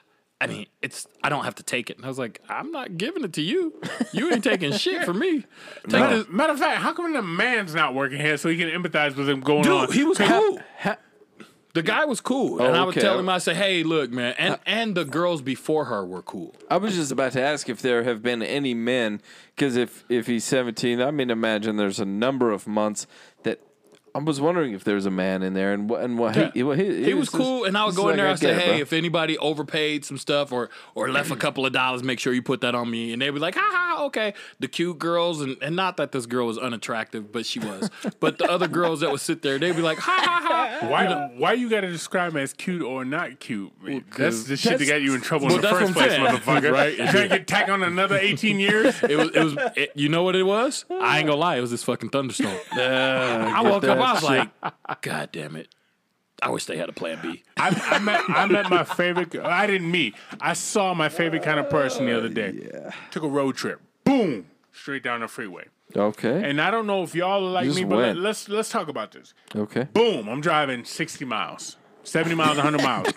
I mean, it's I don't have to take it, and I was like, I'm not giving it to you. You ain't taking shit from me. Take this. Matter, matter of fact, how come the man's not working here so he can empathize with him going on? Dude, he was Cause- cool. The guy was cool, and I would okay. tell him, I say, "Hey, look, man," and and the girls before her were cool. I was just about to ask if there have been any men because if if he's 17, I mean, imagine there's a number of months that. I was wondering if there's a man in there and what and what he, what he, He was it's just- cool, and I would it's go like, in there. I say, get it, "Hey, bro." if anybody overpaid some stuff or or left a couple of dollars, make sure you put that on me." And they'd be like, "Ha ha, okay." The cute girls, and, and not that this girl was unattractive, but she was. but the other girls that would sit there, they'd be like, "Ha ha ha." Why? why you gotta describe him as cute or not cute? that's the shit that that's- got you in trouble in Well, the that's first what I'm place, saying. motherfucker. Right. You trying to get tack on another eighteen years? It was. It was. It, you know what it was? I ain't gonna lie. It was this fucking thunderstorm. I woke up. I was like, "God damn it! I wish they had a plan B." I, I met I met my favorite. I didn't meet. I saw my favorite kind of person the other day. Took a road trip. Boom, straight down the freeway. Okay. And I don't know if y'all are like Just me, but went. let, us let's talk about this. okay. Boom, I'm driving 60 miles, 70 miles, 100 miles.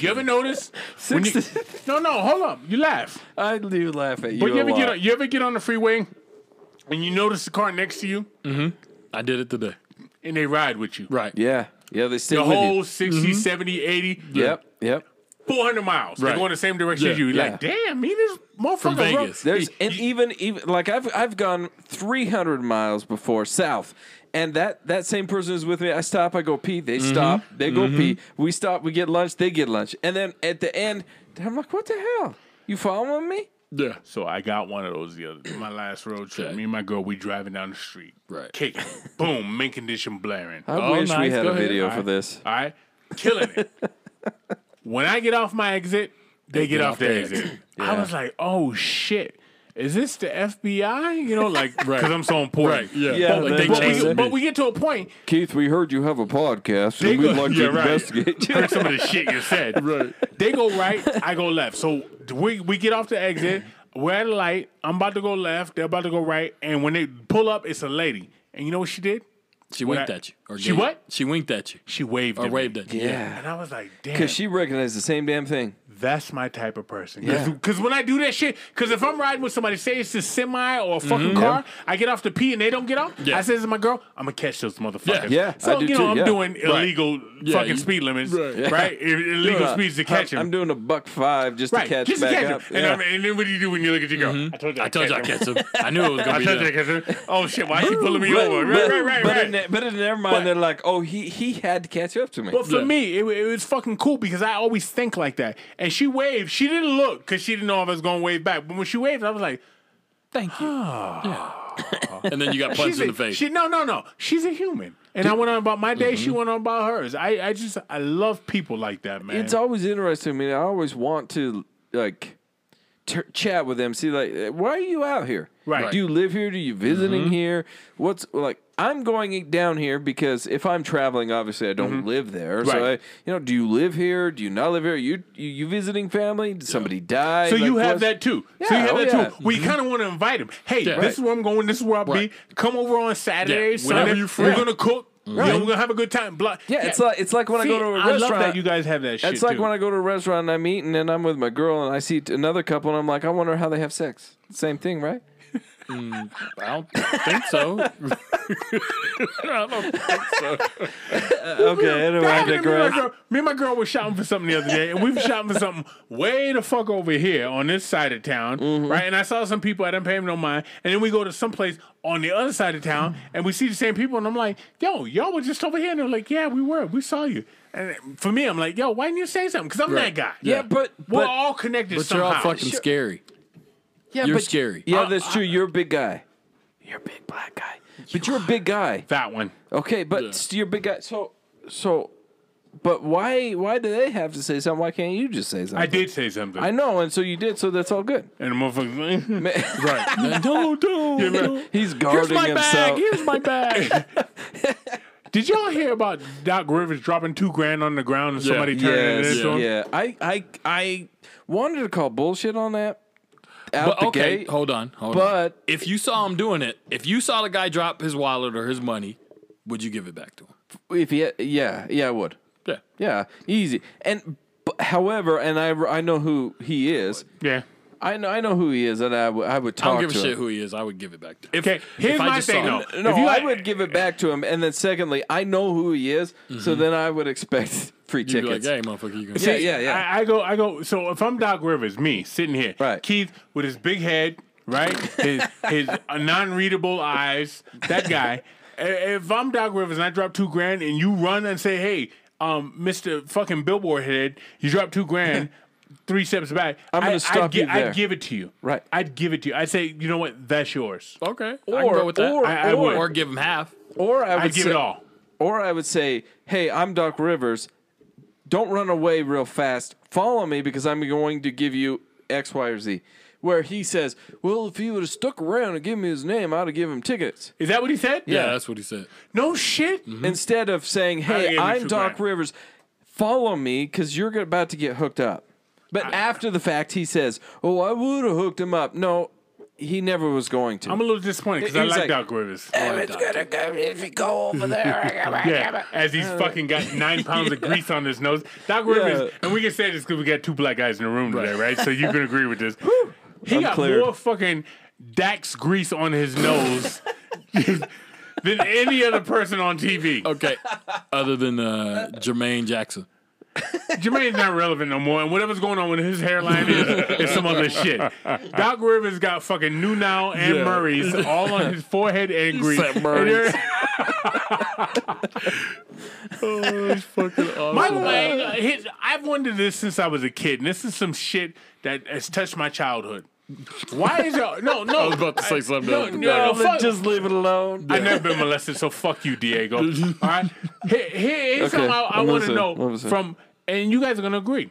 you ever notice? when you- 60 no, no, hold up. You laugh. I do laugh at you. But you a ever lot. get on, you ever get on the freeway and you notice the car next to you I did it today. and they ride with you. Right. yeah. Yeah, they stick The with whole you. Mm-hmm. 60, 70, 80, Yep. Yep. 400 miles. They're Right. going the same direction Yeah, as you. You're yeah. Like, damn, me, this motherfucker. From Vegas. There's and even even like I've I've gone 300 miles before south, and that that same person is with me. I stop, I go pee, Mm-hmm. they stop, they go pee. We stop, we get lunch, they get lunch, and then at the end, I'm like, what the hell? You following me? Yeah. So I got one of those the other day. My last road trip. Okay. Me and my girl, we driving down the street. Right. Kicking. Boom, mint condition blaring. I Oh, wish we nice. had Go a ahead. video All for this. All right, killing it. when I get off my exit, they, get, off, the exit. I was like, oh shit. Is this the FBI? You know, like because I'm so important. Yeah. Yeah, but, they but changed we, it. but we get to a point. Keith, we heard you have a podcast, They and we'd go- like Yeah, to right. investigate you. Heard some of the shit you said. Right. They go right, I go left. So we we get off the exit. We're at a light. I'm about to go left. They're about to go right. And when they pull up, it's a lady. And you know what she did? She winked I- at you. Or She gave- what? She winked at you. She waved. Or at waved me. at you. yeah, And I was like, damn. because she recognized the same damn thing. That's my type of person. Yeah. Because when I do that shit, because if I'm riding with somebody, say it's a semi or a fucking Mm-hmm. car, I get off the P and they don't get off. Yeah. I says to my girl, I'm gonna catch those Yeah. motherfuckers. Yeah, So I do you know too, I'm yeah. doing illegal fucking you- speed limits, right. right? I- Illegal speeds to catch I'm, them. I'm doing a buck five just right. to catch Just back catch 'em. up. And, Yeah. Mm-hmm. I'm- and then what do you do when you look at your girl? I told you. I told you I catch 'em. catch him. I knew it was gonna I be told you I that. catch 'em. Oh shit! Why is she pulling me But- over? Right, but- right, right, but right. In, that- but in their mind, But- they're like, "Oh, he he had to catch up to me." But for me, it, wa- it was fucking cool because I always think like that. And she waved. She didn't look because she didn't know if I was going to wave back. But when she waved, I was like, Thank you. And then you got punched she's in a, the face. She, no, no, no. She's a human. And I went on about my day. She went on about hers. I, I just, I love people like that, man. It's always interesting. I mean, I always want to like t- chat with them. See, like, why are you out here? Right. Mm-hmm. Do you live here? Do you visiting here? What's like? I'm going down here because if I'm traveling, obviously I don't live there. So I, Mm-hmm. Right. you know, do you live here? Do you not live here? You you, you visiting family? Did somebody die? so you Like, have what's- that too. so you Yeah, have oh that yeah. too. We kind of want to invite them. Hey, Yeah. this is where I'm going. This is where I'll Right. be. Come over on Saturday, Yeah, Sunday. whenever you're free. We're gonna cook. You know, Right. we're gonna have a good time. Blah. Yeah, it's like it's like when See, I go to a I restaurant. love that you guys have that shit. It's like too. when I go to a restaurant and I'm eating and I'm with my girl and I see t- another couple and I'm like, I wonder how they have sex. Same thing, right? I don't think so. Okay, anyway, That happened to me, and my girl, me and my girl were shopping for something the other day, and we were shopping for something way the fuck over here on this side of town, right? And I saw some people, I didn't pay them no mind. And then we go to someplace on the other side of town, and we see the same people, and I'm like, yo, y'all were just over here. And they're like, yeah, we were. We saw you. And for me, I'm like, yo, why didn't you say something? Because I'm that guy. Yeah, but, We're but all connected But you're somehow. all fucking scary. yeah, You're but- scary. Yeah, that's true. You're a big guy. Uh, You're a big black guy. But you're a big guy. that one. Okay, but st- you're a big guy. So so but why why do they have to say something? Why can't you just say something? I did say something. I know, and so you did, so that's all good. and the motherfucker, No, no. He's Here's guarding my himself. bag. Here's my bag. Did y'all hear about Doc Rivers dropping two grand on the ground and somebody turning Yes, it into yeah. him? I, I, I wanted to call bullshit on that out But the okay, gate. hold on, hold on. But- if you saw him doing it, if you saw the guy drop his wallet or his money, would you give it back to him? If he, yeah, yeah, I would. Yeah. Yeah, easy. And but, however, and I, I know who he is. Yeah. I know, I know who he is, and I would- I would I talk don't give a to him. shit who he is. I would give it back to him. If, Okay, here's if I my just thing, saw him- though. No, If you I had- would give it back to him, and then secondly, I know who he is, so then I would expect free Mm-hmm. You'd be like, tickets. hey, motherfucker, you gonna yeah, yeah, yeah. I, I go, I go. So if I'm Doc Rivers, me sitting here, Right. Keith with his big head, right, his his uh, non-readable eyes, that guy. I- If I'm Doc Rivers and I drop two grand, and you run and say, "Hey, um, Mister Fucking Billboard Head, you dropped two grand." Three steps back. I'm gonna I- I'd stop gi- you there. I'd give it to you. Right. Oh, I'd give it to you. I'd say, you know what? That's yours. Okay. I can Or- go with that. or- I- I would. or give him half. or I would I'd give say- it all. Or I would say, hey, I'm Doc Rivers. Don't run away real fast. Follow me because I'm going to give you X, Y, or Z. Where he says, well, if he would have stuck around and given me his name, I'd have given him tickets. Is that what he said? Yeah, that's what he said. No shit. Instead of saying, Mm-hmm. give hey, you I'm two Doc grand." Rivers, follow me because you're go- about to get hooked up. But after the fact, he says, oh, I would have hooked him up. No, he never was going to. I'm a little disappointed because He I was like, like, Doc Rivers. Doctor. Yeah, as he's fucking got nine pounds of grease on his nose. Doc Rivers, Yeah. and we can say this because we got two black guys in the room today, right? So you can agree with this. he I'm got cleared. more fucking Dax grease on his nose than any other person on TV. Okay. Other than uh, Jermaine Jackson. Jermaine's not relevant no more, and whatever's going on with his hairline is, is some other shit. Doc Rivers got fucking New Now and Yeah. Murray's all on his forehead and grease. said Murray's. By the way, uh, his, I've wondered this since I was a kid, and this is some shit that has touched my childhood. Why is y'all? No, no. I was about to say something No, else. no, No, no, then fuck. just leave it alone. I've never been molested, so fuck you, Diego. All right. Here, here- here's Okay, something I, I I'm want to listening, I'm know listening. from, and you guys are gonna agree.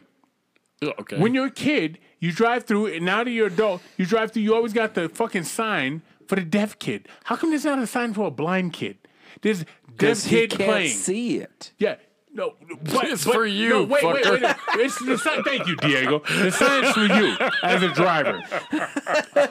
Okay. When you're a kid, you drive through, and now that you're adult, you drive through. You always got the fucking sign for the deaf kid. How come there's not a sign for a blind kid? There's deaf 'Cause he kid can't playing. see it. Yeah. No, but, It's but- for you, No, wait, wait, fucker. wait, It's the sign. Thank you, Diego. The sign's for you as a driver.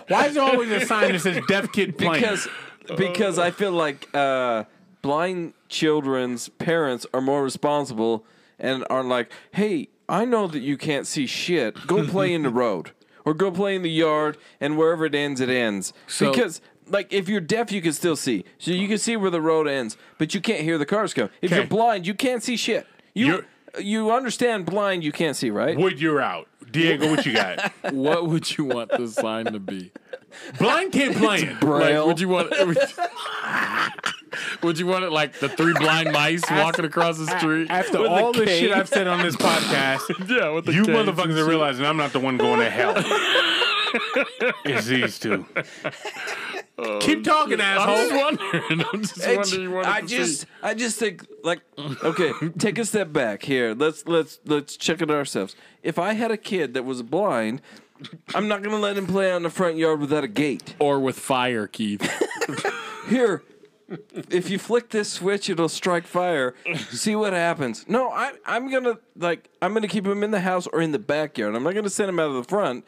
Why is there always a sign that says "deaf kid playing"? because Oh. because I feel like uh, blind children's parents are more responsible and are like, "Hey, I know that you can't see shit. Go play in the road or go play in the yard and wherever it ends, it ends." So- because like if you're deaf, you can still see, so you can see where the road ends, but you can't hear the cars come. If you're Okay. blind, you can't see shit. You You're- you understand blind, you can't see, right? Wood, you're out. Diego, what you got? what would you want this sign to be? Blind kid playing. Braille. Like, would you want? Would you, would you want it like the three blind mice walking across the street? After all the shit I've said on this podcast, yeah, with the you cane. motherfuckers are realizing I'm not the one going to hell. it's these two. Keep talking, Um, I'm just asshole. wondering. I'm just I wondering. You ju- wanted I to just, see. I just think like, okay, take a step back here. Let's let's let's check it ourselves. If I had a kid that was blind, I'm not gonna let him play on the front yard without a gate. or with fire, Keith. Here, if you flick this switch, it'll strike fire. See what happens. No, I, I'm gonna like, I'm gonna keep him in the house or in the backyard. I'm not gonna send him out of the front.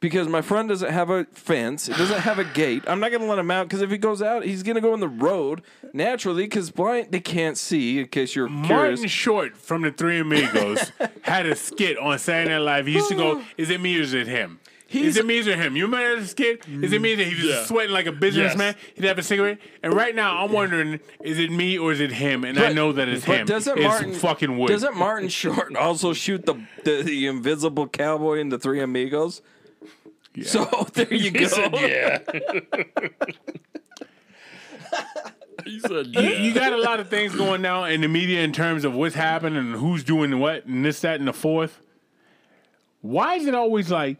Because my friend doesn't have a fence, it doesn't have a gate. I'm not gonna let him out because if he goes out, he's gonna go on the road naturally. Because blind, they can't see. In case you're Martin curious, Short from the Three Amigos had a skit on Saturday Night Live. He used to go, "Is it me or is it him?" Oh. He's- is it me or is it him? You remember this kid? Is it me that he was Yeah. sweating like a businessman? He'd have a cigarette. And right now, I'm wondering, is it me or is it him? And I But- know that it's but him. doesn't it's Martin- fucking Wood. doesn't Martin Short also shoot the the, the invisible cowboy in the Three Amigos? So there you go. yeah. he said, You- yeah. you got a lot of things going now in the media in terms of what's happening and who's doing what and this, that, and the fourth. Why is it always like,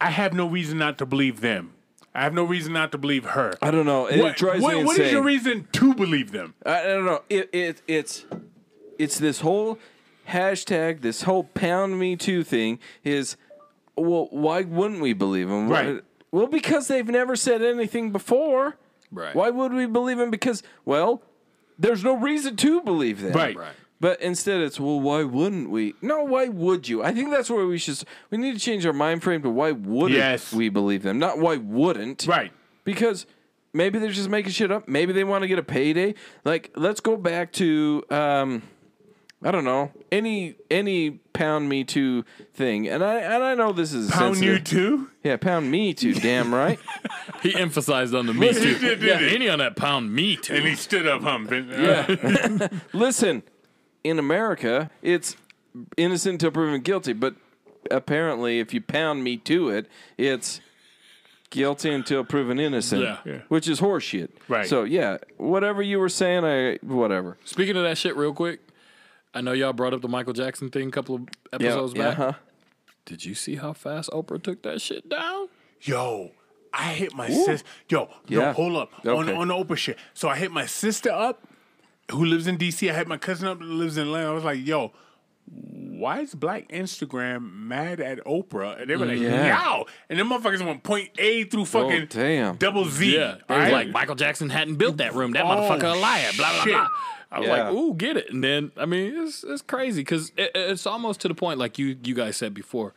I have no reason not to believe them? I have no reason not to believe her. I don't know. It, What- drives me what- insane. what is your reason to believe them? I, I don't know. It, it it's it's this whole hashtag, this whole pound me too thing is well, why wouldn't we believe them? Right. Well, because they've never said anything before. Right. Why would we believe them? Because well, there's no reason to believe that. Right. Right. But instead, it's well, why wouldn't we? No, why would you? I think that's where we should. s- We need to change our mind frame to why wouldn't Yes. we believe them, not why wouldn't. Right. Because maybe they're just making shit up. Maybe they want to get a payday. Like, let's go back to. Um, I don't know any any pound me too thing, and I and I know this is Pound you sensitive. too? Yeah, pound me too. damn right. He emphasized on the me he too. did, yeah, didn't he? any on that pound me too. And he stood up humping. Listen, in America, it's innocent until proven guilty, but apparently, if you pound me to it, it's guilty until proven innocent, Yeah. Yeah. which is horseshit. Right. So, yeah, whatever you were saying, I whatever. Speaking of that shit, real quick, I know y'all brought up the Michael Jackson thing a couple of episodes back. uh-huh. Did you see how fast Oprah took that shit down? Yo, I hit my sister. Yo, no, Yeah. hold up. On, Okay. on the Oprah shit. So I hit my sister up, who lives in DC. I hit my cousin up, who lives in Atlanta. I was like, yo, why is Black Instagram mad at Oprah? And they were like, Yeah. Oh, yo. And them motherfuckers went point A through fucking damn. double Z. Yeah, they all was right? like Michael Jackson hadn't built that room. That Oh, motherfucker a liar. Blah blah shit. blah. I was Yeah. like, ooh, get it. And then I mean, it's it's crazy because it, it's almost to the point like you you guys said before.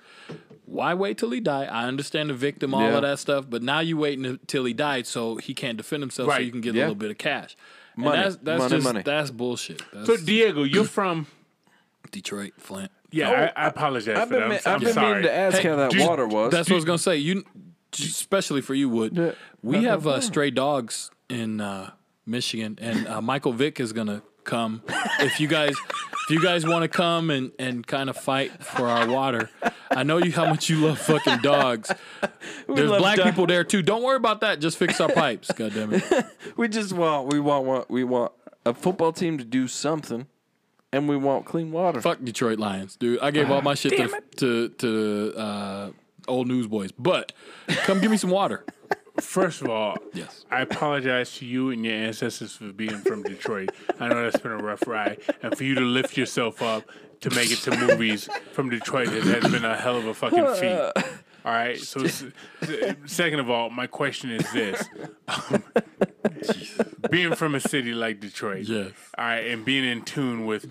Why wait till he died? I understand the victim, all Yeah. of that stuff, but now you waiting until he died so he can't defend himself, so Right. you can get Yeah. a little bit of cash. And Money. that's that's Money, just money. that's bullshit. That's so Diego, you're from. Detroit, Flint. Yeah, I, I apologize I've for been, that. me- I'm, I've I'm been sorry. meaning to ask how that do you- water was. That's what I was gonna say. You, especially for you, Wood. we have uh, stray dogs in uh, Michigan, and uh, Michael Vick is gonna come. If you guys, if you guys want to come and and kind of fight for our water, I know you how much you love fucking dogs. There's love black dog- people there too. Don't worry about that. Just fix our pipes. God damn it. we just want we want want we want a football team to do something, and we want clean water. Fuck Detroit Lions, dude. I gave all my shit to to, to uh, old newsboys, but come give me some water. First of all, Yes. I apologize to you and your ancestors for being from Detroit. I know that's been a rough ride, and for you to lift yourself up to make it to movies from Detroit it has been a hell of a fucking feat. All right. So, s- s- second of all, my question is this: Um, being from a city like Detroit, Yes. all right, and being in tune with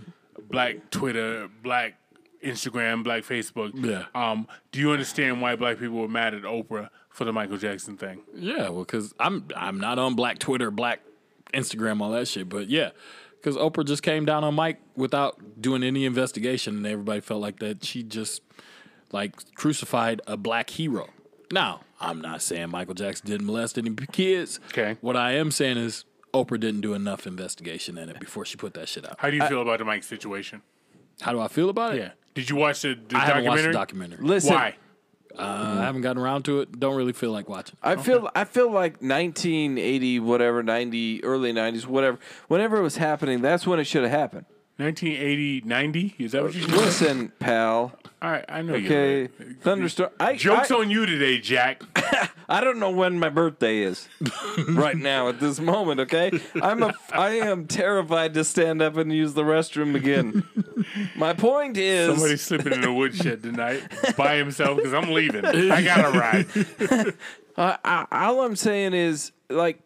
Black Twitter, Black Instagram, Black Facebook, Yeah. Um, do you understand why Black people were mad at Oprah for the Michael Jackson thing? Yeah, well, because I'm I'm not on Black Twitter, Black Instagram, all that shit. But yeah, because Oprah just came down on Mike without doing any investigation, and everybody felt like that she just like crucified a black hero. Now, I'm not saying Michael Jackson didn't molest any kids. Okay. What I am saying is Oprah didn't do enough investigation in it before she put that shit out. How do you feel about the Mike situation? How do I feel about it? Did you watch the, the I haven't documentary? watched the documentary. Uh, Listen, Why? I haven't gotten around to it. Don't really feel like watching. I feel I feel like 1980 whatever 90 early 90s whatever whenever it was happening that's when it should have happened. 1980, 90? Is that what you said? Listen, pal. All right, I know you. Okay, thunderstorm. I, Joke's I, on you today, Jack. I don't know when my birthday is. right now, at this moment. Okay, I'm a. I am terrified to stand up and use the restroom again. my point is. Somebody's slipping in the woodshed tonight by himself because I'm leaving. I got to ride. I, I, all I'm saying is like,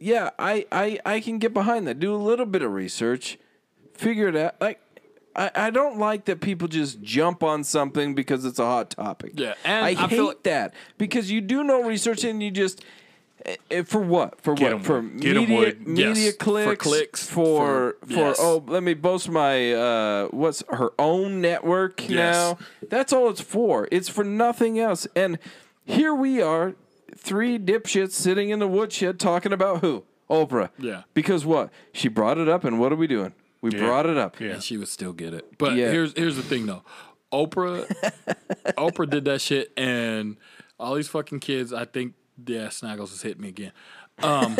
yeah, I, I I can get behind that. Do a little bit of research, figure it out. Like, I, I don't like that people just jump on something because it's a hot topic. Yeah, and I, I hate feel like- that because you do no research and you just. eh, eh, for what? For what? 'em, for Wood. Get 'em, media, Wood. media Yes, for clicks. clicks, For for- for, yes. oh, let me boast my uh, what's her own network now. That's all it's for. It's for nothing else. And here we are, three dipshits sitting in the woodshed talking about who? Oprah. Yeah. Because what? She brought it up, and what are we doing? We brought it up. Yeah. and she would still get it. But Yeah. here's here's the thing though, Oprah, Oprah did that shit, and all these fucking kids. I think yeah, Snaggles has hit me again. Um,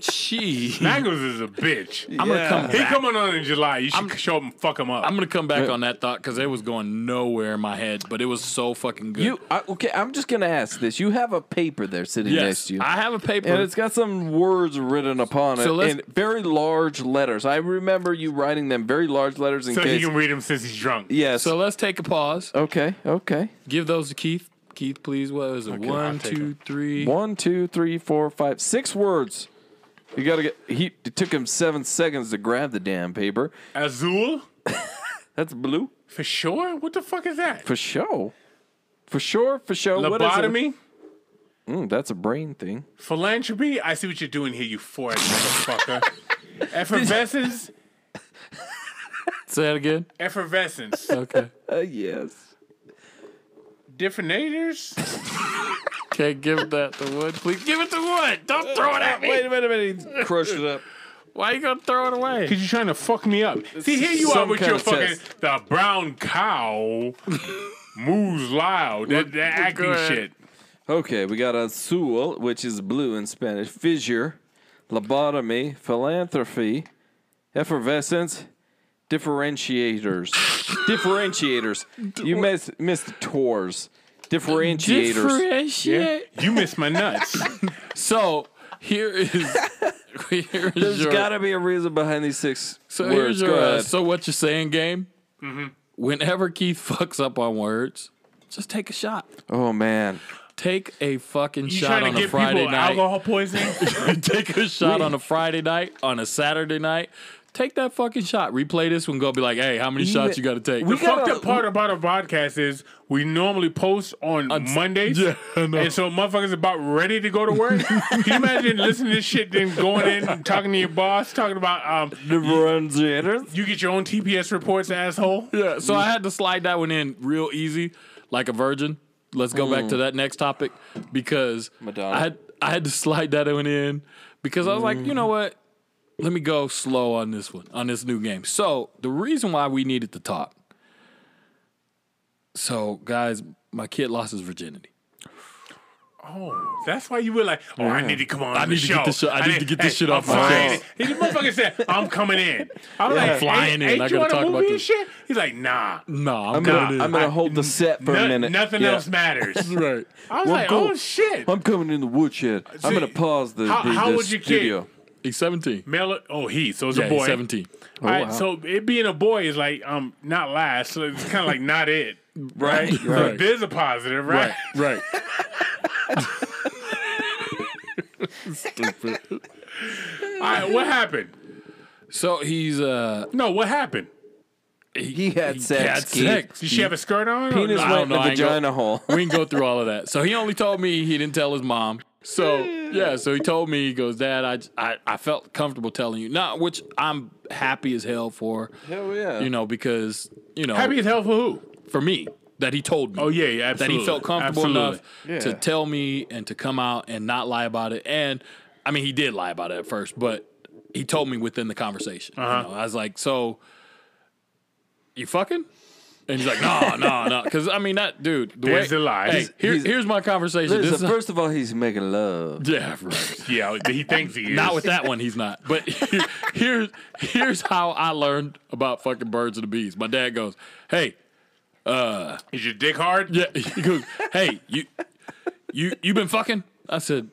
she, Naggles is a bitch. I'm gonna come He back. coming on in July. You should show him, fuck him up. I'm gonna come back on that thought because it was going nowhere in my head, but it was so fucking good. You I, okay? I'm just gonna ask this. You have a paper there sitting next yes, to you. I have a paper. and it's got some words written upon it So let's- in very large letters. I remember you writing them very large letters in so case. he can read him since he's drunk. yes. so let's take a pause. okay. Okay. Give those to Keith. Keith, please. What is it? One, take two, three. One, two, three, four, five, six words. You gotta get. He it took him seven seconds to grab the damn paper. Azul? That's blue For sure? What the fuck is that? for sure. For sure. For sure. What is it? Lobotomy? Mm, that's a brain thing. Philanthropy? I see what you're doing here, you forex motherfucker. Effervescence? Say that again. Effervescence. Okay. Uh, yes. Diffinators? Okay, give that to Wood, please. Give it to Wood. Don't throw it at me. Wait a minute, minute. He crushed it up. Why you gonna throw it away? Because you're trying to fuck me up. See, here you are Some with kind your of fucking test. the brown cow moves loud. That, that acting good. shit. Okay, we got azul, which is blue in Spanish. Fissure, lobotomy, philanthropy, effervescence, differentiators. differentiators. You miss, missed the tours. Differentiators. Differentiate. You missed my nuts. So here is here is There's your got to be a reason behind these six so words. here's your Go uh, ahead. so what you're saying game. Mm-hmm. Whenever Keith fucks up on words, just take a shot. oh man, Take a fucking You shot trying on to a give Friday people night. alcohol poisoning? take a shot on a Friday night, on a Saturday night. Take that fucking shot. Replay this one. Go be like, hey, how many shots you got to take? We The fucked gotta- up part about our podcast is we normally post on Mondays, yeah, I know. and so motherfuckers about ready to go to work. Can you imagine listening to this shit, then going in and talking to your boss, talking about um, differentiators. you get your own TPS reports, asshole. Yeah, so I had to slide that one in real easy, like a virgin. Let's go back to that next topic because Madonna. I had I had to slide that one in because I was like, you know what? Let me go slow on this one, on this new game. So the reason why we needed to talk. So guys, my kid lost his virginity. Oh, that's why you were like, oh, I need to come on. I need to get this shit- I need to get this shit off I'm my flying chest. in. He motherfucker said, I'm coming in. I'm like, flying flying in. ain't, in. I you gotta on a talk about movie and this. shit? He's like, nah. No, I'm, I'm going gonna, to I'm gonna hold the set for no- a minute. Nothing Yeah. else matters. right. I was Well, like, cool. oh shit. I'm coming in the woodshed. I'm See, gonna pause the, how- the, how the old's your kid? studio. He's 17. Male, oh, he. So it's Yeah, a he's boy. 17. All right, wow. So it being a boy is like um not last. So it's kind of like not it. Right, But Right. There's a positive, right? Right, right. All right. What happened? So he's uh No, what happened? He had sex. had Keith. sex. Did she have a skirt on? Penis Or I went in the not? don't know, I ain't go- vagina hole. we can go through all of that. So he only told me he didn't tell his mom. So yeah, so he told me he goes, Dad, I, j- I, I felt comfortable telling you, not which I'm happy as hell for. Hell yeah. You know because you know Happy as hell for who? for me that he told me. Oh yeah, yeah. that Absolutely. he felt comfortable Absolutely. enough to Yeah. tell me and to come out and not lie about it. And I mean, he did lie about it at first, but he told me within the conversation. you Uh-huh. know. I was like, so you fucking? And he's like, no, no, no. Because I mean, that dude. The There's way, the lie. Hey, He's- here- he's- here's my conversation. Listen, This is- first of all, he's making love. yeah, right. Yeah, he thinks he is. Not with that one, he's not. But here, here's here's how I learned about fucking birds and the bees. My dad goes, "Hey, Is your dick hard? Yeah, he goes, "Hey, you, you, you been fucking?" I said,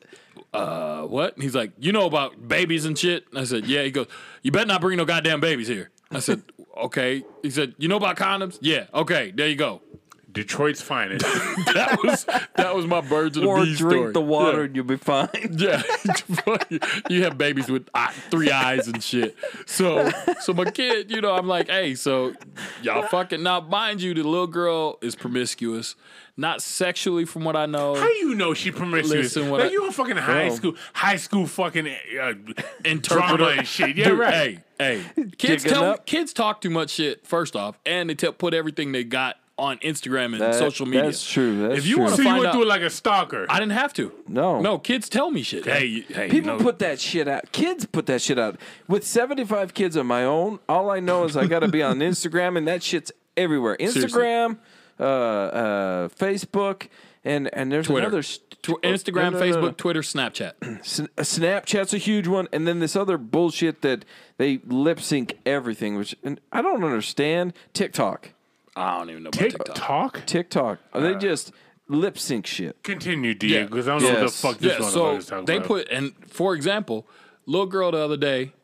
"Uh, what?" And he's like, "You know about babies and shit?" And I said, "Yeah." He goes, "You better not bring no goddamn babies here." I said, "Okay." He said, "You know about condoms?" Yeah. Okay, there you go. Detroit's finest. That was that was my birds and Or the drink bees story. the water and you'll be fine. Yeah, yeah. you have babies with eye, three eyes and shit. So, so my kid, you know, I'm like, hey, so y'all fucking now, mind you, the little girl is promiscuous, not sexually, from what I know. How you know she promiscuous? Listen, what Like I- you in fucking high Bro. school, high school fucking uh, interpreter drama and shit. Yeah, Dude, right. Hey, hey, kids Kicking tell up. kids talk too much shit. First off, and they tell, put everything they got on Instagram and That- social media. that's true, that's if you true. want So to you find went out, through it like a stalker. I didn't have to. No. no, kids tell me shit. Hey, you- hey, People no. put that shit out. Kids put that shit out. With 75 kids of my own, all I know is I got to be on Instagram, and that shit's everywhere. Instagram, uh, uh, Facebook, and, and there's Twitter. another. st- Tw- No, Instagram, no, no, Facebook, no. Twitter, Snapchat. Sn- Snapchat's a huge one, and then this other bullshit that they lip sync everything, which and I don't understand. TikTok, I don't even know about TikTok. TikTok. TikTok, they Uh. just lip sync shit. Continue, D, because I don't know Yes. what the fuck Yeah, this so motherfucker's talking they about. put and for example, little girl the other day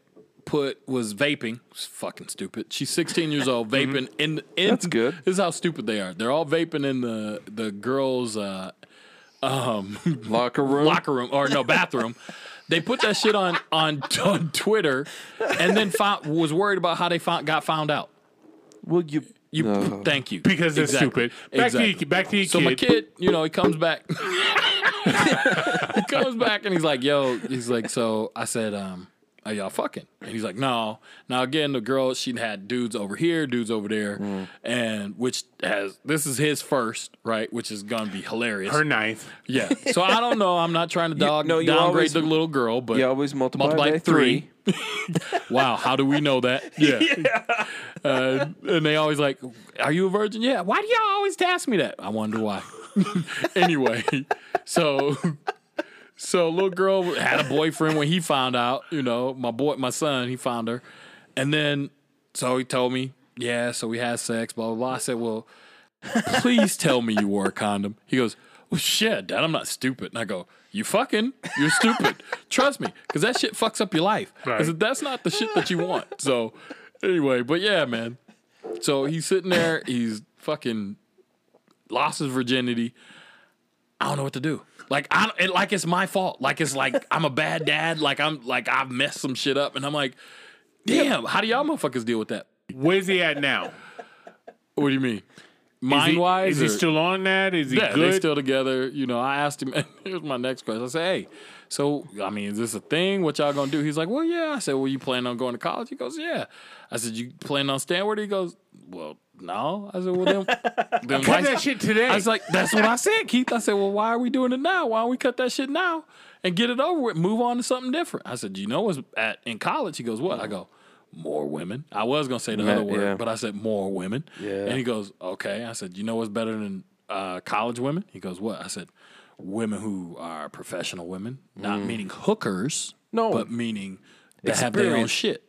put was vaping. It's fucking stupid. She's 16 years old, vaping in in That's good. This is how stupid they are. They're all vaping in the the girls' uh, Locker room. locker room or no bathroom. They put that shit on on, on Twitter, and then found, was worried about how they found, got found out. Will you? You No. thank you Because they're stupid. Back to your- back to your so my kid. kid, you know, he comes back. he comes back and he's like, "Yo," he's like, "So I said, um, are y'all fucking?" And he's like, "No." Now again, the girl she had dudes over here, dudes over there, and which has this is his first, right? Which is gonna be hilarious. Her ninth. yeah. So I don't know. I'm not trying to dog no, you downgrade always- the little girl, but You always multiply, Multiply by three. three. wow, how do we know that? Yeah. Uh, and they always like, are you a virgin? Yeah. Why do y'all always ask me that? I wonder why. anyway, so so little girl had a boyfriend when he found out. You know, my boy, my son, he found her, and then so he told me, yeah. So we had sex, blah blah blah. I said, well, please tell me you wore a condom. He goes, well, shit, Dad, I'm not stupid. And I go, you fucking, you're stupid. Trust me, because that shit fucks up your life. 'Cause Right. that's not the shit that you want. So anyway, but yeah, man. So he's sitting there, he's fucking lost his virginity. I don't know what to do. Like I don't- it, like it's my fault. Like it's like I'm a bad dad. Like I'm like I've messed some shit up, and I'm like, damn. How do y'all motherfuckers deal with that? Where's he at now? What do you mean? Is Mind he, wise, is he still on that? Is he yeah, good? they still together. You know, I asked him. here's my next question. I said, "Hey, so I mean, is this a thing? What y'all gonna do?" He's like, "Well, yeah." I said, "Well, you plan on going to college?" He goes, "Yeah." I said, "You plan on staying where?" He goes, "Well, no." I said, "Well, then, then why?" Cut that shit today. I was like, "That's what I said, Keith." I said, "Well, why are we doing it now? Why don't we cut that shit now and get it over with? Move on to something different." I said, "You know what's at in college?" He goes, "What?" I go. More women. I was gonna say the Yeah, other word, yeah. but I said more women. Yeah. And he goes, okay. I said, you know what's better than uh, college women? He goes, what? I said, women who are professional women, not meaning hookers, Mm. No. but meaning that have their own Experience. shit.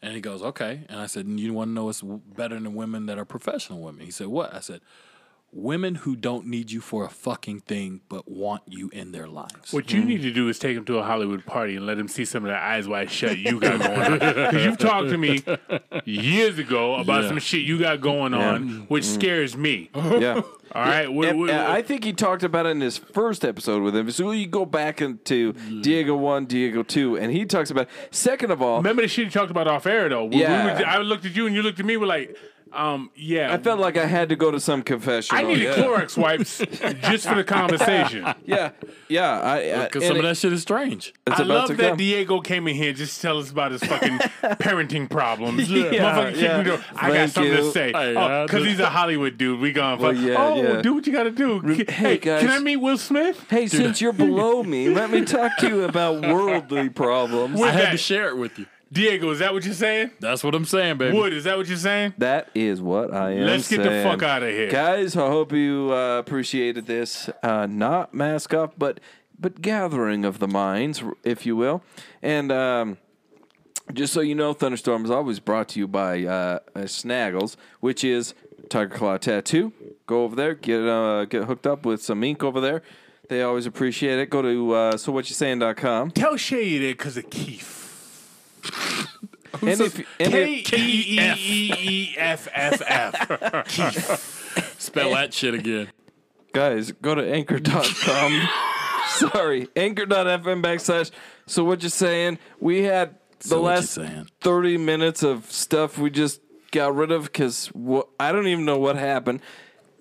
And he goes, okay. And I said, and you want to know what's w- better than women that are professional women? He said, what? I said, women who don't need you for a fucking thing, but want you in their lives. what you need to do is take him to a Hollywood party and let him see some of the eyes wide shut you got going on. Because you've talked to me years ago about Yeah. Mm-hmm. some shit you got going on, which scares me. All Yeah. right, we- And- we- and I think he talked about it in his first episode with him. So you go back into Diego one, Diego two, and he talks about. Second of all, remember the shit you talked about off air though. When we Yeah. were- I looked at you and you looked at me. We're like, um, yeah. I felt like I had to go to some confessional. I needed yeah. Oh, Clorox wipes just for the conversation. Yeah, yeah. I, I, Because and some of it- that shit is strange. it's I about love to that come. Diego came in here just to tell us about his fucking parenting problems. Yeah, Motherfucking kicked yeah. me door. I got Thank something to you. say. Hey, I Because just- he's a Hollywood dude. We gone. fuck. yeah, oh, yeah. do what you got to do. Hey, hey guys. can I meet Will Smith? Hey, since you're below me, let me talk to you about worldly problems. I had that- to share it with you. Diego, is that what you're saying? That's what I'm saying, baby. Wood, is that what you're saying? That is what I am. Let's get the saying. fuck outta here. guys. I hope you uh, appreciated this. Uh, not mask off, but but gathering of the minds, if you will. And um, just so you know, thunderstorm is always brought to you by uh, uh, Snaggles, which is Tiger Claw Tattoo. Go over there, get uh, get hooked up with some ink over there. They always appreciate it. Go to uh, sowhatyousaying.com. Tell Shay you did because of Keith. And if, and K if, E E E E F F F. Spell that shit again. guys, go to anchor.com. Sorry, anchor.fm backslash. So what you saying? We had the So what you last saying? 30 minutes of stuff we just got rid of because I don't even know what happened.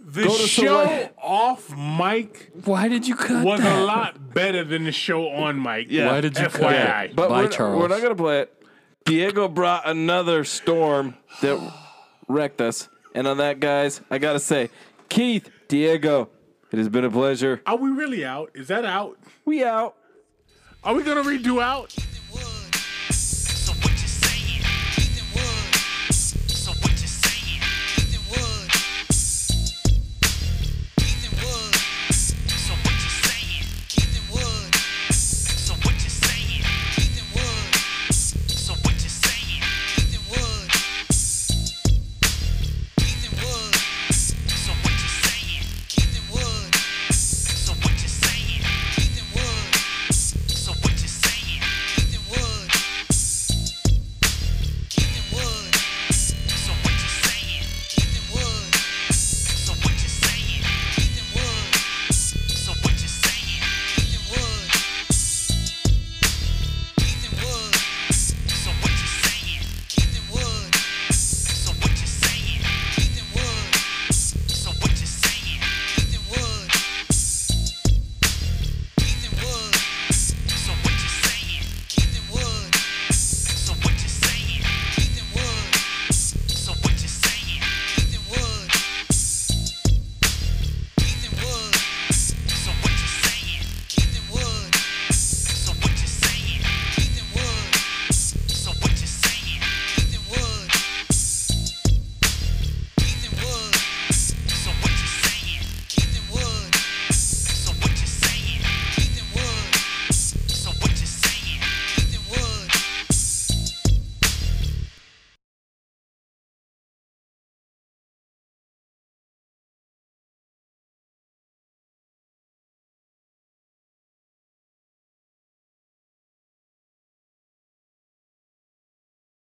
The Go to show Soleil. off mic Why did you cut was that? a lot better than the show on mic. Yeah. Why did you cut FYI. it? But Bye, we're, Charles. we're not going to play it. Diego brought another storm that wrecked us. And on that, guys, I got to say, Keith, Diego, it has been a pleasure. Are we really out? Is that out? We out. Are we gonna redo out?